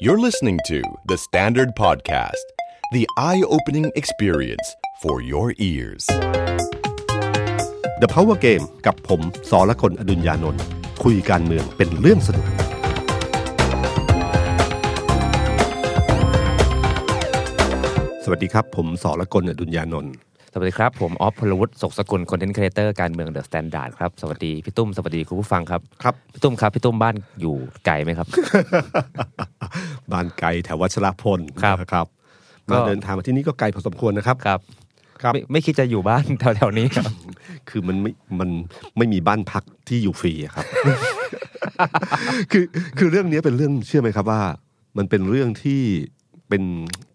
You're listening to The Standard Podcast, the eye opening experience for your ears. The Power Game กับผมสอละคนอดุญญานนท์คุยการเมืองเป็นเรื่องสนุก สวัสดีครับ ผมสอละคนอดุญญานนท์ สวัสดีครับ ผมออฟพลวุฒิศกสกุลคอนเทนต์ครีเอเตอร์การเมืองเดอะสแตนดาร์ดครับ สวัสดี พี่ตุ้ม สวัสดีคุณผู้ฟังครับ ครับ พี่ตุ้มครับ พี่ตุ้มบ้านอยู่ไกลไหมครับ บ้านไกลแถววัชรพล ครับ นะครับ ก็ มาเดินทางมาที่นี่ก็ไกลพอสมควรนะครับ ครับ ครับ ไม่ไม่คิดจะอยู่บ้าน แถวๆนี้ครับ คือมันไม่มันไม่มีบ้านพักที่อยู่ฟรีอะครับ คือคือเรื่องนี้เป็นเรื่องเชื่อไหมครับว่า มันเป็นเรื่องที่เป็น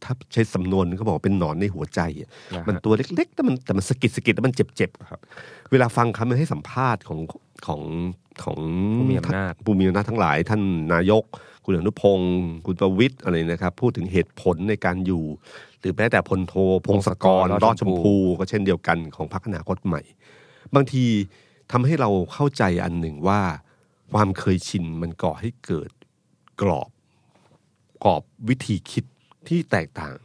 ถ้าใช้สำนวนก็บอกว่าเป็นหนอนในหัวใจอะ นะฮะ มันตัวเล็กๆแต่มันแต่มันสะกิดสะกิดแล้วมันเจ็บๆอะครับ เวลาฟังคำให้สัมภาษณ์ของของของ ผู้มีอำนาจ ผู้มีอำนาจทั้งหลาย ท่านนายก คุณอนุพงศ์คุณประวิตยอะไรนะครับ พูดถึงเหตุผลในการอยู่ หรือแม้แต่พลโทพงศกร พรองศกรรอ ด ด ช ช ม มพู พู ก็เช่นเดียวกันของพรรคอนาคตใหม่ บางทีทำให้เราเข้าใจอันหนึ่งว่า ความเคยชินมันก่อให้เกิดกรอบกรอบวิธีคิดที่แตกต่าง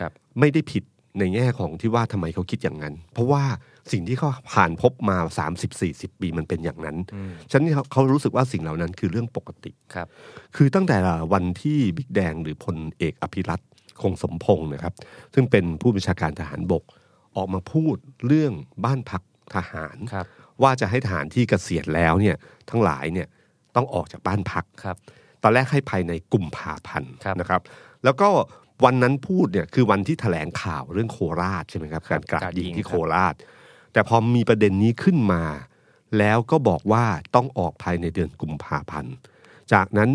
ครับ ไม่ได้ผิดในแง่ของที่ว่าทำไมเขาคิดอย่างนั้น เพราะว่าสิ่งที่เขาผ่านพบมา 30-40 ปีมันเป็นอย่างนั้น อืม ฉะนั้นเขาเขารู้สึกว่าสิ่งเหล่านั้นคือเรื่องปกติ ครับ คือตั้งแต่วันที่บิ๊กแดงหรือพลเอกอภิรัตคงสมพงศ์นะครับ ซึ่งเป็นผู้บัญชาการทหารบก ออกมาพูดเรื่องบ้านพักทหาร ครับ ว่าจะให้ทหารที่เกษียณแล้วเนี่ยทั้งหลายเนี่ยต้องออกจากบ้านพัก ครับ ตอนแรกให้ภายในกลุ่มผาพันธ์ ครับ นะครับ แล้วก็วันนั้นพูดเนี่ยคือวันที่แถลงข่าวเรื่องโคราชใช่ไหมครับ ครั กา บ รกราดยิง กราดยิง ที่โคราช แต่พอมีประเด็นนี้ขึ้นมา แล้วก็บอกว่าต้องออกภายในเดือนกุมภาพันธ์จากนั้น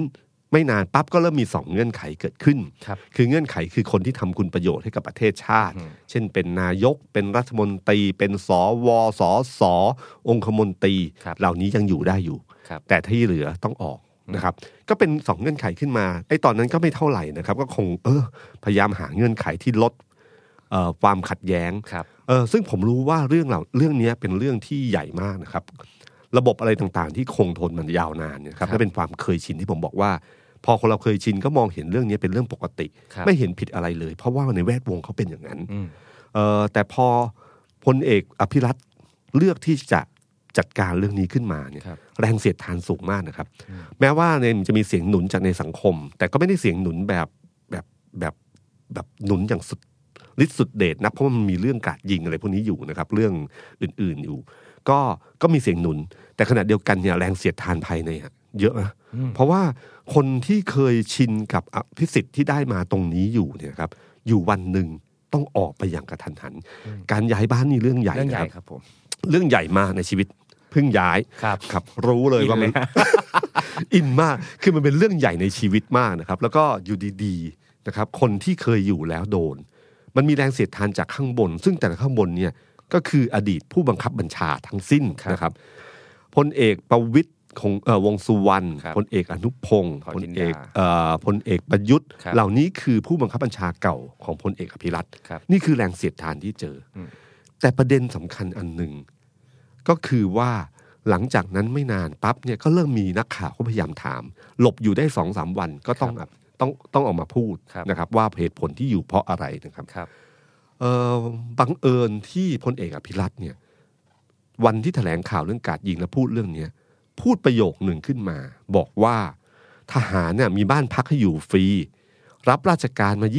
ไม่นานปั๊บก็เริ่มมีสองเงื่อนไขเกิดขึ้น ครับ คือเงื่อนไขคือคนที่ทำคุณประโยชน์ให้กับประเทศชาติ อืม เช่นเป็นนายก เป็นรัฐมนตรี เป็นสวสสองคมนตรี ครับ เหล่านี้ยังอยู่ได้อยู่ ครับ แต่ที่เหลือต้องออกนะครับ ก็เป็นสองเงื่อนไขขึ้นมาไอ้ตอนนั้นก็ไม่เท่าไหร่นะครับ ก็คงเออพยายามหาเงื่อนไขที่ลดเอ่อความขัดแย้ง ครับ เออซึ่งผมรู้ว่าเรื่องเหล่าเรื่องเนี้ยเป็นเรื่องที่ใหญ่มากนะครับ ระบบอะไรต่างๆ ที่คงทนมันยาวนานเนี่ยนะครับ ครับ และเป็นความเคยชินที่ผมบอกว่า พอคนเราเคยชินก็มองเห็นเรื่องเนี้ยเป็นเรื่องปกติ ครับ ไม่เห็นผิดอะไรเลย เพราะว่าในแวดวงเขาเป็นอย่างนั้น อืม เออแต่พอพลเอกอภิรัตน์เลือกที่จะจัดการเรื่องนี้ขึ้นมาเนี่ย ครับ แรงเสียดทานสูงมากนะครับ อืม แม้ว่าเนี่ยมันจะมีเสียงหนุนจากในสังคม แต่ก็ไม่ได้เสียงหนุนแบบแบบแบบแบบหนุนอย่างสุดฤทธิ์สุดเดชนะเพราะมันมีเรื่องกราดยิงอะไรพวกนี้อยู่นะครับ เรื่องอื่นๆอยู่ ก็ก็มีเสียงหนุน แต่ขณะเดียวกันเนี่ยแรงเสียดทานภายในอะเยอะนะ อืม เพราะว่าคนที่เคยชินกับอภิสิทธิ์ที่ได้มาตรงนี้อยู่เนี่ยครับ อยู่วันหนึ่งต้องออกไปอย่างกระทันหัน อืม การย้ายบ้านนี่เรื่องใหญ่ เรื่องใหญ่ นะ ครับผม เรื่องใหญ่มากในชีวิตเพิ่งย้าย ครับ ครับ รู้เลย อิน ว่ามัน เลยฮะ อินมากคือมันเป็นเรื่องใหญ่ในชีวิตมากนะครับ แล้วก็อยู่ดีๆนะครับ คนที่เคยอยู่แล้วโดน มันมีแรงเสียดทานจากข้างบน ซึ่งแต่ละข้างบนเนี่ยก็คืออดีตผู้บังคับบัญชาทั้งสิ้น ครับ นะครับพลเอกประวิตยคงเอ่อวงษ์สุวรรณ ครับ พลเอกอนุพงศ์ พร พล จินดา เอกเอ่อพลเอกประยุทธ์ ครับ เหล่านี้คือผู้บังคับบัญชาเก่าของพลเอกอภิรัตน์ ครับ นี่คือแรงเสียดทานที่เจออ ม แต่ประเด็นสำคัญอันหนึ่ง ก็คือว่าหลังจากนั้นไม่นานปั๊บเนี่ยก็เริ่มมีนักข่าวก็พยายามถาม หลบอยู่ได้สองสามวันก็ต้องต้องต้องออกมาพูด ครับ นะครับ ว่าเหตุผลที่อยู่เพราะอะไรนะครับ ครับ เออบังเอิญที่พลเอกอภิรัตน์เนี่ย วันที่แถลงข่าวเรื่องการยิงและพูดเรื่องเนี้ยพูดประโยคหนึ่งขึ้นมา บอกว่าทหารเนี่ยมีบ้านพักให้อยู่ฟรี รับราชการมา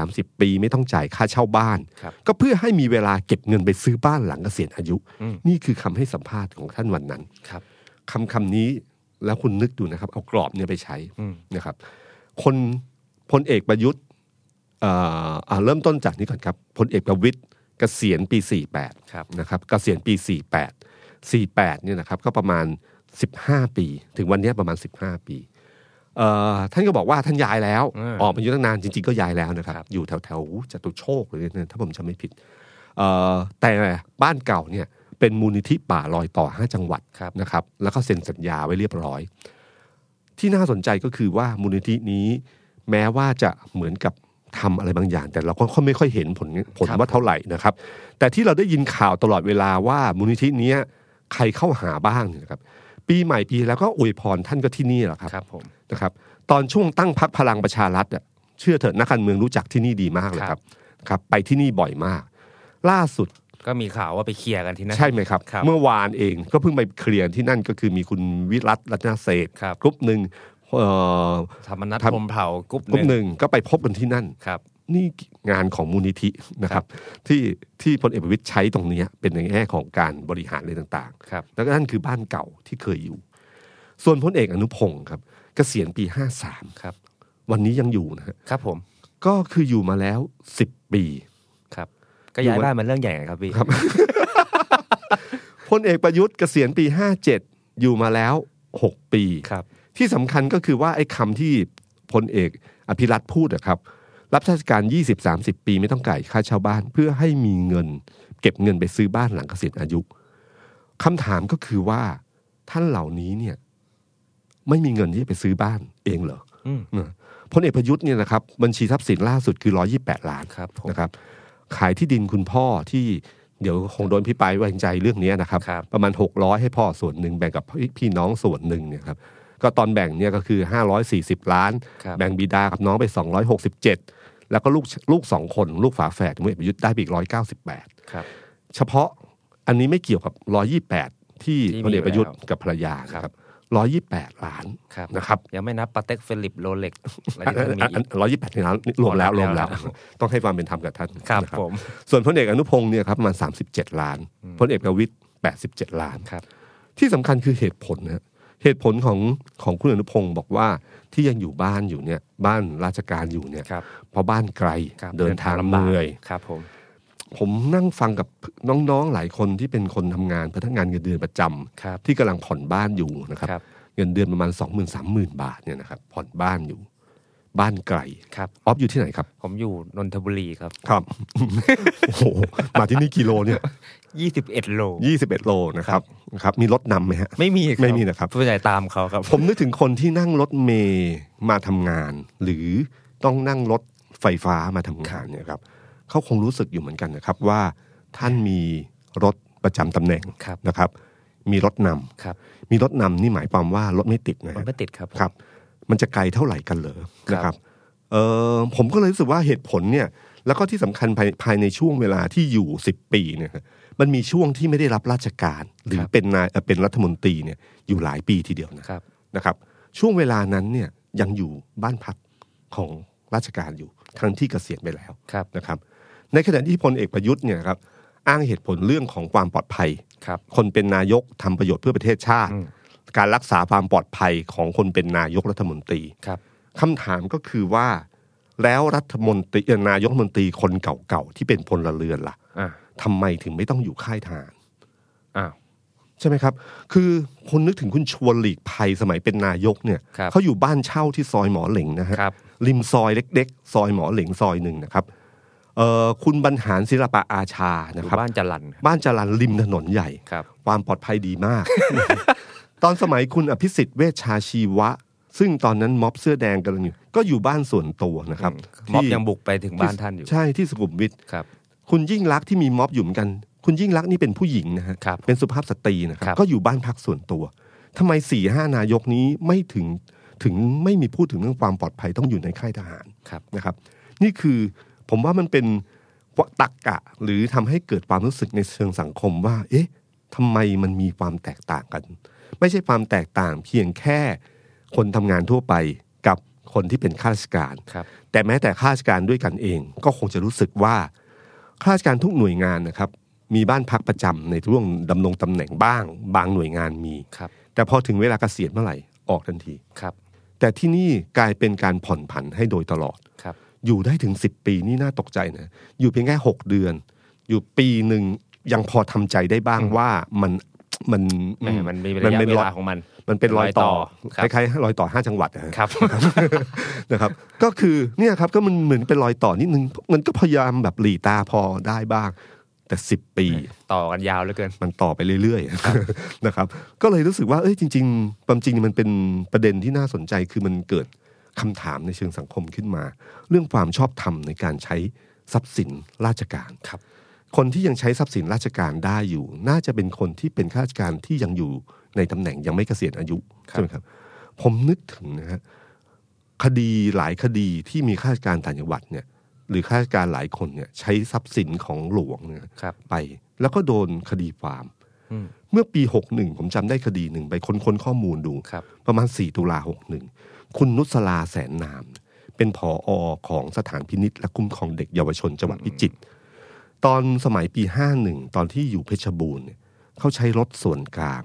20-30 ปี ไม่ต้องจ่ายค่าเช่าบ้าน ครับ ก็เพื่อให้มีเวลาเก็บเงินไปซื้อบ้านหลังเกษียณอายุ อืม นี่คือคำให้สัมภาษณ์ของท่านวันนั้น ครับ คำคำนี้แล้วคุณนึกดูนะครับ เอากรอบเนี่ยไปใช้ อืม นะครับ คนพลเอกประยุทธ์เอ่ออ่าเริ่มต้นจากนี้ก่อนครับพลเอกประวิตยเกษียณปี 48 ครับ นะครับเกษียณปี 48 48เนี่ยนะครับ ก็ประมาณ 15 ปี ถึงวันเนี้ยประมาณ 15 ปีเอ่อท่านก็บอกว่าท่านย้ายแล้ว อืม ออกมาอยู่ตั้งนานจริง ๆ ก็ย้ายแล้วนะครับ ครับ อยู่แถวแถวๆจตุโชคเลยนะถ้าผมจำไม่ผิด เอ่อแต่บ้านเก่าเนี่ยเป็นมูลนิธิป่ารอยต่อ 5 จังหวัด ครับ นะครับ แล้วก็เซ็นสัญญาไว้เรียบร้อย ที่น่าสนใจก็คือว่ามูลนิธินี้ แม้ว่าจะเหมือนกับทำอะไรบางอย่าง แต่เราก็ไม่ค่อยเห็นผลผล ครับ ว่าเท่าไหร่นะครับ แต่ที่เราได้ยินข่าวตลอดเวลาว่ามูลนิธิเนี้ยใครเข้าหาบ้างเนี่ยนะครับ ปีใหม่ปีแล้วก็อวยพรท่านก็ที่นี่แหละครับ ครับผม นะครับ ตอนช่วงตั้งพักพลังประชารัฐอะเชื่อเถอะนักการเมืองรู้จักที่นี่ดีมากเลยครับครับ ไปที่นี่บ่อยมาก ล่าสุด ก็มีข่าวว่าไปเคลียร์กันที่นั่น ใช่ไหมครับ ครับ เมื่อวานเองก็เพิ่งไปเคลียร์ที่นั่นก็คือมีคุณวิรัตรัตนเศรษฐ์ ครับ กรุ๊ปหนึ่งเอ่อ ธรรมนัฐ ครับ พรหมเผ่ากรุ๊ป กรุ๊ป ห ห นึ่ง นึ่งก็ไปพบกันที่นั่น ครับ นี่งานของมูลนิธินะครับ ที่ที่พลเอกประวิตยใช้ตรงเนี้ยเป็นในแง่ของการบริหารอะไรต่าง ครับ ๆ แล้วก็นั่นคือบ้านเก่าที่เคยอยู่ ส่วนพลเอกอนุพงศ์ครับเกษียณปี 53 ครับ วันนี้ยังอยู่นะฮะ ครับผม ก็คืออยู่มาแล้ว 10 ปี ครับ ก็ย้ายบ้านมันเรื่องใหญ่นะครับพี่ ครับ พลเอกประยุทธ์เกษียณปี 57 อยู่มาแล้ว 6 ปี ครับ ที่สำคัญก็คือว่าไอ้คำที่พลเอกอภิรัตน์พูดอะครับ รับราชการ 20-30 ปีไม่ต้องจ่ายค่าเช่าบ้าน เพื่อให้มีเงิน เก็บเงินไปซื้อบ้านหลังเกษียณอายุคำถามก็คือว่าท่านเหล่านี้เนี่ย ไม่มีเงินที่จะไปซื้อบ้านเองเหรอ อืม นะพลเอกประยุทธ์เนี่ยนะครับบัญชีทรัพย์สินล่าสุดคือ 128 ล้าน ครับผม นะครับ ขายที่ดินคุณพ่อที่เดี๋ยวคงโดนพิปรายไว้วางใจเรื่องนี้นะครับ ครับ ประมาณ 600 ให้พ่อส่วนหนึ่งแบ่งกับพี่น้องส่วนหนึ่งเนี่ยครับก็ตอนแบ่งเนี่ยก็คือ 540 ล้าน ครับ แบ่งบิดากับน้องไป 267 แล้วก็ลูกลูกสองคนลูกฝาแฝดมุเอกประยุทธ์ได้ไปอีก 198 ครับ เฉพาะอันนี้ไม่เกี่ยวกับ 128 ที่ ที่ พลเอกประยุทธ์ มีอยู่แล้ว กับภรรยานะคครั รับ บ 128 ล้าน ครับ นะครับ ยังไม่นับปาเต็กฟิลิปโรเล็กอะไร อัน ที่ท่านมีอีก ร้อยยี่แปดล้านรวมแล้ว ร ร ว ว ม ม แล้ แล้ว ว ครับ ต้องให้ความเป็นธรรมกับท่าน ครับ นะ ผม ส่วนพลเอกอนุพงศ์เนี่ยครับประมาณสามสิบเจ็ดล้านพลเอกประวิตยแปดสิบเจ็ดล้าน ครับ ที่สำคัญคือเหตุผลนะเหตุผลของของคุณอนุพงศ์บอกว่าที่ยังอยู่บ้านอยู่เนี่ยบ้านราชการอยู่เนี่ย ครับ เพราะบ้านไกล ครับ เดินทางเหนื่อย ครับผม ผมนั่งฟังกับน้องๆหลายคนที่เป็นคนทำงานพนักงานเงินเดือนประจำ ครับ ที่กำลังผ่อนบ้านอยู่นะครับ ครับ เงินเดือนประมาณสองหมื่นสามหมื่นบาทเนี่ยนะครับผ่อนบ้านอยู่ บ้านไกล ครับ ออฟอยู่ที่ไหนครับ ผมอยู่นนทบุรีครับ ครับ โอ้โห มาที่นี่กิโล เนี่ย 21 โล ยี่สิบเอ็ดโลนะครับครับ มีรถนำไหมฮะ ไม่มี ไม่มีนะครับ ผู้ใหญ่ตามเขาครับ ผมนึกถึงคนที่นั่งรถเมย์มาทำงาน หรือต้องนั่งรถไฟฟ้ามาทำงานเนี่ยครับเขาคงรู้สึกอยู่เหมือนกันนะครับ ว่าท่านมีรถประจำตำแหน่ง ครับ นะครับ มีรถนำ ครับ มีรถนำนี่หมายความว่ารถไม่ติดนะ มัน ฮะ ไม่ติดครับ ครับมันจะไกลเท่าไหร่กันเหรอ ครับ นะครับเออผมก็เลยรู้สึกว่าเหตุผลเนี่ย แล้วก็ที่สำคัญภายภายในช่วงเวลาที่อยู่ 10 ปีเนี่ยครับมันมีช่วงที่ไม่ได้รับราชการ หรือเป็นนายเอ่อเป็นรัฐมนตรีเนี่ยอยู่หลายปีทีเดียวนะครับ นะครับ ช่วงเวลานั้นเนี่ยยังอยู่บ้านพักของราชการอยู่ทั้งที่เกษียณไปแล้ว ครับ นะครับ ในขณะที่พลเอกประยุทธ์เนี่ยครับอ้างเหตุผลเรื่องของความปลอดภัย ครับ คนเป็นนายกทำประโยชน์เพื่อประเทศชาติ อืม การรักษาความปลอดภัยของคนเป็นนายกรัฐมนตรี ครับ คำถามก็คือว่า แล้วรัฐมนตรีเอ่อนายกรัฐมนตรีคนเก่าๆที่เป็นพลเรือนล่ะ อ่า ทำไมถึงไม่ต้องอยู่ค่ายทหาร อ้าว ใช่ไหมครับ คือคนนึกถึงคุณชวนหลีกภัยสมัยเป็นนายกเนี่ย ครับ เขาอยู่บ้านเช่าที่ซอยหมอเหล็งนะฮะ ครับ ริมซอยเล็กๆ ซอยหมอเหล็งซอยหนึ่งนะครับเอ่อคุณบรรหารศิลปะอาชา อ นะ ยู่ ครับ บ้านจรันครับ บ้านจรันริมถนนใหญ่ ครับ ความปลอดภัยดีมาก ตอนสมัยคุณอภิสิทธิ์เวชชาชีวะ ซึ่งตอนนั้นม็อบเสื้อแดงกำลันอยู่ ก็อยู่บ้านส่วนตัวนะครับ ม็อบ ที่ ยังบุกไปถึงบ้านท่านอยู่ ใช่ที่สุขุมวิท ครับ คุณยิ่งรักษณ์ที่มีม็อบอยู่เหมือนกัน คุณยิ่งรักษณ์นี่เป็นผู้หญิงนะฮะ ครับ เป็นสุภาพสตรีนะครั ครับ บ ก็อยู่บ้านพักส่วนตัวทำไมสี่ห้านายกนี้ไม่ถึงถึงไม่มีพูดถึงเรื่องความปลอดภัยต้องอยู่ในค่ายทหาร ครับ นะครับนี่คือผมว่ามันเป็นตักกะหรือทำให้เกิดความรู้สึกในเชิงสังคมว่า เอ๊ะทำไมมันมีความแตกต่างกัน ไม่ใช่ความแตกต่างเพียงแค่คนทำงานทั่วไปกับคนที่เป็นข้าราชการ ครับ แต่แม้แต่ข้าราชการด้วยกันเอง ก็คงจะรู้สึกว่าข้าราชการทุกหน่วยงานนะครับ มีบ้านพักประจำในช่วงดำรงตำแหน่งบ้าง บางหน่วยงานมี ครับ แต่พอถึงเวลาเกษียณเมื่อไหร่ออกทันที ครับ แต่ที่นี่กลายเป็นการผ่อนผันให้โดยตลอด ครับ อยู่ได้ถึง 10 ปีนี่น่าตกใจนะ อยู่เพียงแค่ 6 เดือน อยู่ปีหนึ่งยังพอทำใจได้บ้างว่ามันมัน แหมมันมีระ มัน ยะ เป็น เว รอ ลาย ของมัน มันเป็นรอยต่อ ครั ค บ ล้ายๆรอยต่อ 5 จังหวัดนะฮะ ครับ นะครับ ก็คือเนี่ยครับก็มันเหมือนเป็นรอยต่อนิดนึงมันก็พยายามแบบหลีตาพอได้บ้าง แต่ 10 ปี ต่อกันยาวเหลือเกิน มันต่อไปเรื่อยๆ นะครับ ก็เลยรู้สึกว่า เอ้ยจริงๆความจริงมันเป็นประเด็นที่น่าสนใจคือมันเกิดคำถามในเชิงสังคมขึ้นมา เรื่องความชอบธรรมในการใช้ทรัพย์สินราชการ ครับ คนที่ยังใช้ทรัพย์สินราชการได้อยู่ น่าจะเป็นคนที่เป็นข้าราชการที่ยังอยู่ในตำแหน่งยังไม่เกษียณอายุใช่ไหมครับ ผมนึกถึงนะฮะ คดีหลายคดีที่มีข้าราชการต่างจังหวัดเนี่ยหรือข้าราชการหลายคนเนี่ยใช้ทรัพย์สินของหลวงเนี่ย ครับ ไป แล้วก็โดนคดีความ อืม เมื่อปี 61 ผมจำได้คดีหนึ่งไปคน้นๆข้อมูลดู ครับ ประมาณ 4 ตุลา 61 คุณนุสลาแสนนาม เป็นผออของสถานพินิษและคุ้มครองเด็กเยาวชนจังหวัดพิจิตรตอนสมัยปี 51 ตอนที่อยู่เพชรบูรณ์เนี่ยเขาใช้รถส่วนกลาง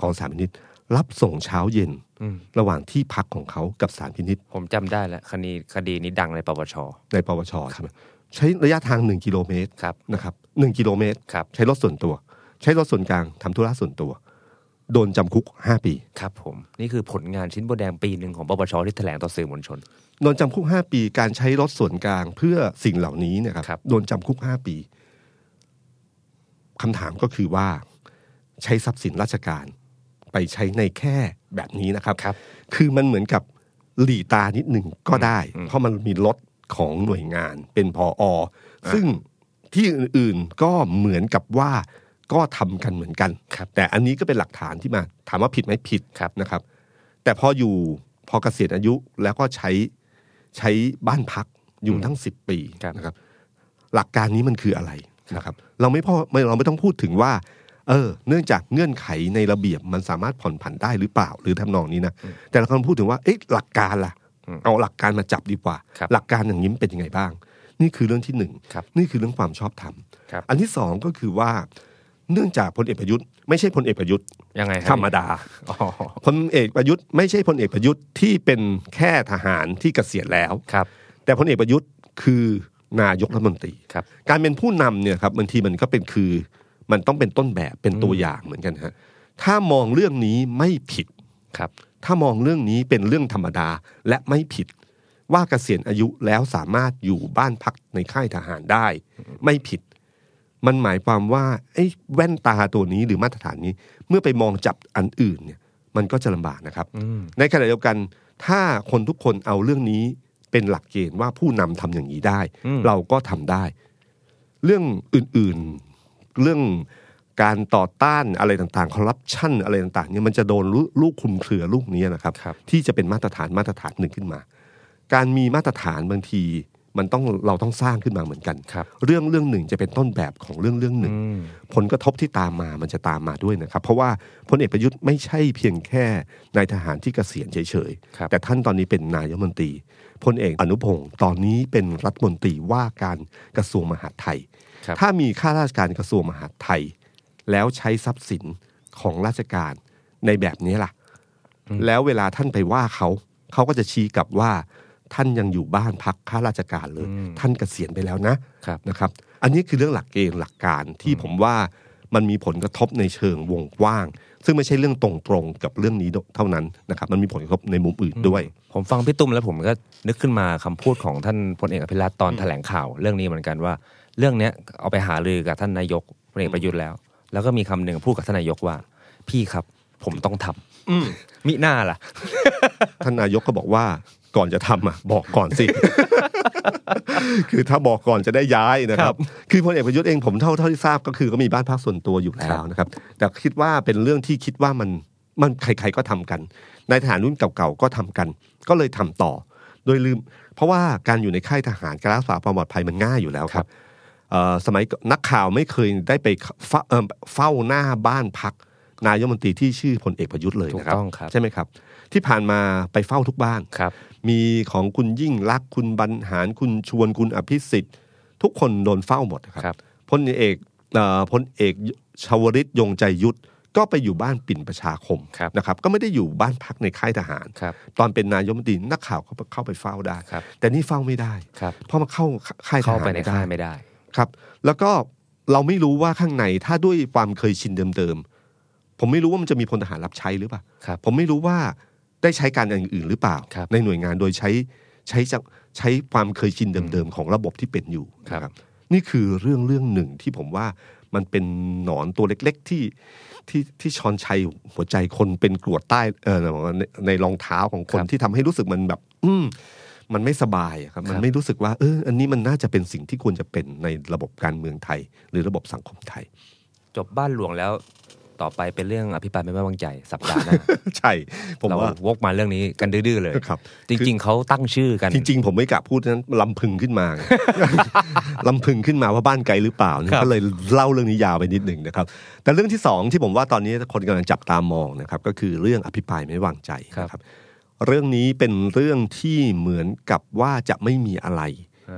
ของสถานพินิษรับส่งเช้าเย็น อืม ระหว่างที่พักของเขากับสถานพินิษ ผมจำได้แล้วคดีคดีนี้ดังในปปช ในปวชใช่ไหมใช้ระยะทาง 1 กิโลเมตร ครับ นะครับหนึ่งกิโลเมตร ครับ ใช้รถส่วนตัว ใช้รถส่วนกลางทำธุระส่วนตัว โดนจำคุก 5 ปี ครับผมนี่คือผลงานชิ้นโบวแดงปีหนึ่งของปปชที่แถลงต่อสื่อมวลชน โดนจำคุก 5 ปีการใช้รถส่วนกลางเพื่อสิ่งเหล่านี้เนยครับ ครับ โดนจำคุก 5 ปีคำถามก็คือว่า ใช้ทรัพย์สินราชการ ไปใช้ในแค่แบบนี้นะครับ ครับ คือมันเหมือนกับหลีตานิดหนึ่งก็ได้ อืม เพราะมันมีรถของหน่วยงานเป็นพออซึ่งที่อื่นๆก็เหมือนกับว่าก็ทำกันเหมือนกัน ครับ แต่อันนี้ก็เป็นหลักฐานที่มาถามว่าผิดไหมผิด ครับ นะครับ แต่พออยู่พอเกษียณอายุแล้วก็ใช้ใช้บ้านพักอยู่ทั้งสิบปี ครับ นะครับ หลักการนี้มันคืออะไรนะครับ เราไม่พอไม่เราไม่ต้องพูดถึงว่า เออ เนื่องจากเงื่อนไขในระเบียบมันสามารถผ่อนผันได้หรือเปล่าหรือทำนองนี้นะ แต่เรากำลังพูดถึงว่าเอ๊ะหลักการล่ะ อืม เอาหลักการมาจับดีกว่า ครับ หลักการอย่างนี้มันเป็นยังไงบ้าง นี่คือเรื่องที่หนึ่ง ครับ นี่คือเรื่องความชอบธรรม ครับ อันที่สองก็คือว่า เนื่องจากพลเอกประยุทธ์ไม่ใช่พลเอกประยุทธ์ ยังไงคบ ธรรมดา อ๋อ พลเอกประยุทธ์ไม่ใช่พลเอกประยุทธ์ที่เป็นแค่ทหารที่เกษียณแล้ว ครับ แต่พลเอกประยุทธ์คือนายกรัฐมนตรี ครับ การเป็นผู้นำเนี่ยครับบางทีมันก็เป็นคือมันต้องเป็นต้นแบบเป็นตัวอย่างเหมือนกันฮะถ้ามองเรื่องนี้ไม่ผิด ครับ ถ้ามองเรื่องนี้เป็นเรื่องธรรมดาและไม่ผิด ว่าเกษียณอายุแล้วสามารถอยู่บ้านพักในค่ายทหารได้ ไม่ผิด มันหมายความว่าไอ้แว่นตาตัวนี้หรือมาตรฐานนี้ เมื่อไปมองจับอันอื่นเนี่ยมันก็จะลำบากนะครับ อืม ในขณะเดียวกัน ถ้าคนทุกคนเอาเรื่องนี้เป็นหลักเกณฑ์ว่าผู้นำทำอย่างนี้ได้ อืม เราก็ทำได้ เรื่องอื่นๆ เรื่องการต่อต้านอะไรต่างๆคอร์รัปชันอะไรต่างๆเนี่ยมันจะโดนลูลูกคลุมเครือลูกนี้นะครับ ครับ ที่จะเป็นมาตรฐานมาตรฐานหนึ่งขึ้นมา การมีมาตรฐานบางที มันต้องเราต้องสร้างขึ้นมาเหมือนกัน ครับ เรื่องเรื่องหนึ่งจะเป็นต้นแบบของเรื่องเรื่องหนึ่ง อืม ผลกระทบที่ตามมามันจะตามมาด้วยนะครับ เพราะว่าพลเอกประยุทธ์ไม่ใช่เพียงแค่นายทหารที่เกษียณเฉย ครับ ๆ แต่ท่านตอนนี้เป็นนายกรัฐมนตรีพลเอกอนุพงศ์ตอนนี้เป็นรัฐมนตรีว่าการกระทรวงมหาดไทย ครับ ถ้ามีข้าราชการกระทรวงมหาดไทย แล้วใช้ทรัพย์สินของราชการในแบบนี้ล่ะ แล้วเวลาท่านไปว่าเขาเขาก็จะชี้กลับว่า ท่านยังอยู่บ้านพักข้าราชการเลย อืม ท่านเกษียณไปแล้วนะ ครับ นะครับ อันนี้คือเรื่องหลักเกณฑ์หลักการที่ผมว่ามันมีผลกระทบในเชิงวงกว้าง ซึ่งไม่ใช่เรื่องตรงตรงๆกับเรื่องนี้เท่านั้นนะครับ มันมีผลกระทบในมุมอื่นด้วย ผมฟังพี่ตุ้มแล้วผมก็นึกขึ้นมาคำพูดของท่านพลเอกอภิรัตน์ตอนแถลงข่าว เรื่องนี้เหมือนกันว่า เรื่องเนี้ยเอาไปหารือกับท่านนายกพลเอกประยุทธ์แล้ว แล้วก็มีคำหนึ่งพูดกับท่านนายกว่า พี่ครับผมต้องทำมิหน้าล่ะ ท่านนายกก็บอกว่าก่อนจะทำอ่ะบอกก่อนสิ คือถ้าบอกก่อนจะได้ย้ายนะครับ คือพลเอกประยุทธ์เองผมเท่าเท่าที่ทราบก็คือก็มีบ้านพักส่วนตัวอยู่แล้วนะครับ แต่คิดว่าเป็นเรื่องที่คิดว่ามันมันใครๆก็ทำกันนายทหารรุ่นเก่าๆก็ทำกัน ก็เลยทำต่อ โดยลืม เพราะว่าการอยู่ในค่ายทหารการรักษาความปลอดภัยมันง่ายอยู่แล้วครับเอ่อสมัยก่อนนักข่าวไม่เคยได้ไปเฝ้าเอ่อเฝ้าหน้าบ้านพัก นายกรัฐมนตรีที่ชื่อพลเอกประยุทธ์เลยนะครับถูกต้องครับ ใช่ไหมครับ ที่ผ่านมาไปเฝ้าทุกบ้าน ครับ มีของคุณยิ่งรักษณ์คุณบรรหารคุณชวนคุณอภิสิทธิ์ ทุกคนโดนเฝ้าหมดนะค ครั รับบ พลเอกเอ่อพลเอกชวริตยงใจยุทธก็ไปอยู่บ้านปิ่นประชาคม ครับ นะครับ ก็ไม่ได้อยู่บ้านพักในค่ายทหาร ครับ ตอนเป็นนายกรัฐมนตรีนักข่าวก็เข้าไปเฝ้าได้ ครับ แต่นี่เฝ้าไม่ได้ ครับ เพราะมาเข้าค่ายท เข้า หาร ไปใน ม่ด้ ค่ายไม่ได้ ครับ แล้วก็เราไม่รู้ว่าข้างในถ้าด้วยความเคยชินเดิมๆ ผมไม่รู้ว่ามันจะมีพลทหารรับใช้หรือเปล่า ครับ ผมไม่รู้ว่าได้ใช้การอย่างอื่นหรือเปล่า ครับ ในหน่วยงานโดยใช้ใช้จะใช้ความเคยชินเดิมๆ ของระบบที่เป็นอยู่ ครับ นะนี่คือเรื่องเรื่องหนึ่งที่ผมว่ามันเป็นหนอนตัวเล็กๆที่ที่ที่ชอนชัยหัวใจคนเป็นกรวดใต้เออในในรองเท้าของคนที่ทำให้รู้สึกมันแบบ อืม มันไม่สบายอะครับ มันไม่รู้สึกว่า เออ อันนี้มันน่าจะเป็นสิ่งที่ควรจะเป็นในระบบการเมืองไทย หรือระบบสังคมไทย จบบ้านหลวงแล้ว ต่อไปเป็นเรื่องอภิปรายไม่ไว้วางใจสัปดาห์หน้า ใช่ผม เรา ว่าว กมาเรื่องนี้กันดื้อๆเลย ครับ จริง ๆเขาตั้งชื่อกัน จริง ๆ ผมไม่กะพูดนั้นลำพึง ขึ้นมา ลำพึงขึ้นมาว่าบ้านไกลหรือเปล่านะครับ ก็เลยเล่าเรื่องนี้ยาวไปนิดหนึ่งนะครับ แต่เรื่องที่สองที่ผมว่าตอนนี้คนกำลังจับตามองนะครับ ก็คือเรื่องอภิปรายไม่วางใจนะครับ เรื่องนี้เป็นเรื่องที่เหมือนกับว่าจะไม่มีอะไร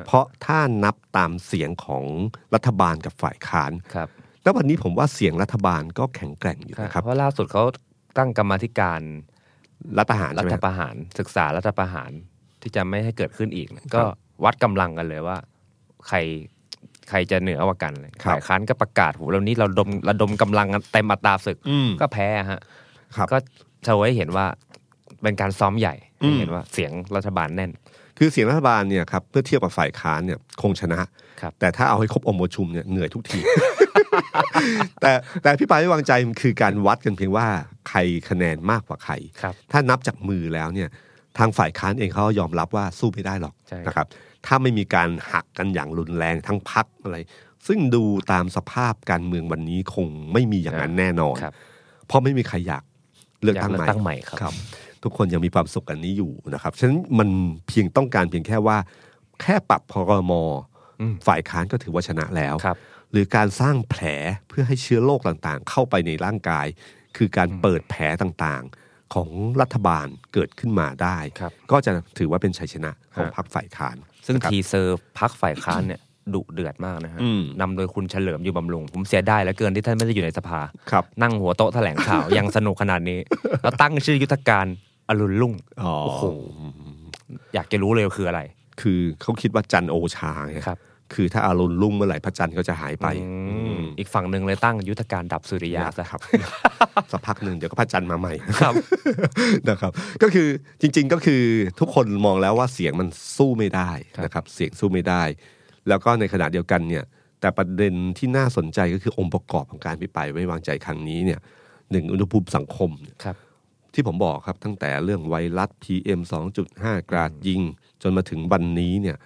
เพราะถ้านับตามเสียงของรัฐบาลกับฝ่ายค้าน ครับ แล้ววันนี้ผมว่าเสียงรัฐบาลก็แข็งแกร่งอยู่ ครับ นะครับ เพราะล่าสุดเขาตั้งกรรมาธิการ รัฐทหาร รั ใช่ไหม ฐ ครับ ประหารศึกษารัฐประหารที่จะไม่ให้เกิดขึ้นอีกเนี่ยก็วัดกำลังกันเลยว่า ใครใครจะเหนือกว่ากันเลยฝ่ายค้านก็ประกาศโหเรานี้เราดมระดมกำลังกันเต็มอัตราศึก อืม ก็แพ้ฮะ ครับ ก็โชว์ให้เห็นว่าเป็นการซ้อมใหญ่ให้เห็นว่าเสียงรัฐบาลแน่น คือเสียงรัฐบาลเนี่ยครับเพื่อเทียบกับฝ่ายค้านเนี่ยคงชนะ ครับ แต่ถ้าเอาให้ครบองค์ประชุมเนี่ยเหนื่อยทุกที แต่แต่พี่ปรายไม่วางใจมันคือการวัดกันเพียงว่าใครคะแนนมากกว่าใคร ครับ ถ้านับจากมือแล้วเนี่ยทางฝ่ายค้านเองเขายอมรับว่าสู้ไม่ได้หรอก ใช่ นะครับ ถ้าไม่มีการหักกันอย่างรุนแรงทั้งพักอะไร ซึ่งดูตามสภาพการเมืองวันนี้คงไม่มีอย่างนั้นแน่นอน ครับ เพราะไม่มีใครอยากเลือกตั้ง อยากเลือกตั้ง ให ใหม่ ม่ ครับ ทุกคนยังมีความสุขกันนี้อยู่นะครับฉะนั้นมันเพียงต้องการเพียงแค่ว่า แค่ปรับพรม อืม ฝ่ายค้านก็ถือว่าชนะแล้ว ครับ หรือการสร้างแผลเพื่อให้เชื้อโรคต่างๆ เข้าไปในร่างกาย คือการเปิดแผลต่างๆ ของรัฐบาลเกิดขึ้นมาได้ ครับ ก็จะถือว่าเป็นชัยชนะของพรรคฝ่ายค้าน ซึ่งทีเซอร์พักฝ่ายค้านเนี่ย ดุเดือดมากนะฮะ อืม นำโดยคุณเฉลิมอยู่บำรุง ผมเสียดายเหลือเกินที่ท่านไม่ได้อยู่ในสภา ครับ นั่งหัวโต๊ะแถลงข่าว ยังสนุกขนาดนี้ แล้วตั้งชื่อยุทธการอรุณรุ่ง อ๋อ โอ้โห อยากจะรู้เลยว่าคืออะไร คือเขาคิดว่าจันทร์โอชาไง ครับ คือถ้าอารมณ์รุ่งเมื่อไหร่พระจันทร์ก็จะหายไป อืมอีกฝั่งหนึ่งเลยตั้งยุทธการดับสุริยาซะ ครับ สักพักหนึ่งเดี๋ยวก็พระจันทร์มาใหม่ ครับ นะครับ ก็คือจริง ๆก็คือทุกคนมองแล้วว่าเสียงมันสู้ไม่ได้นะครับ เสียงสู้ไม่ได้ แล้วก็ในขณะเดียวกันเนี่ย แต่ประเด็นที่น่าสนใจก็คือองค์ประกอบของการพิปรายไม่วางใจครั้งนี้เนี่ยหนึ่งอุณหภูมิสังคมเนี่ย ครับ ที่ผมบอกครับ ตั้งแต่เรื่องไวรัส PM 2.5 กราดยิง จนมาถึงวันนี้เนี่ย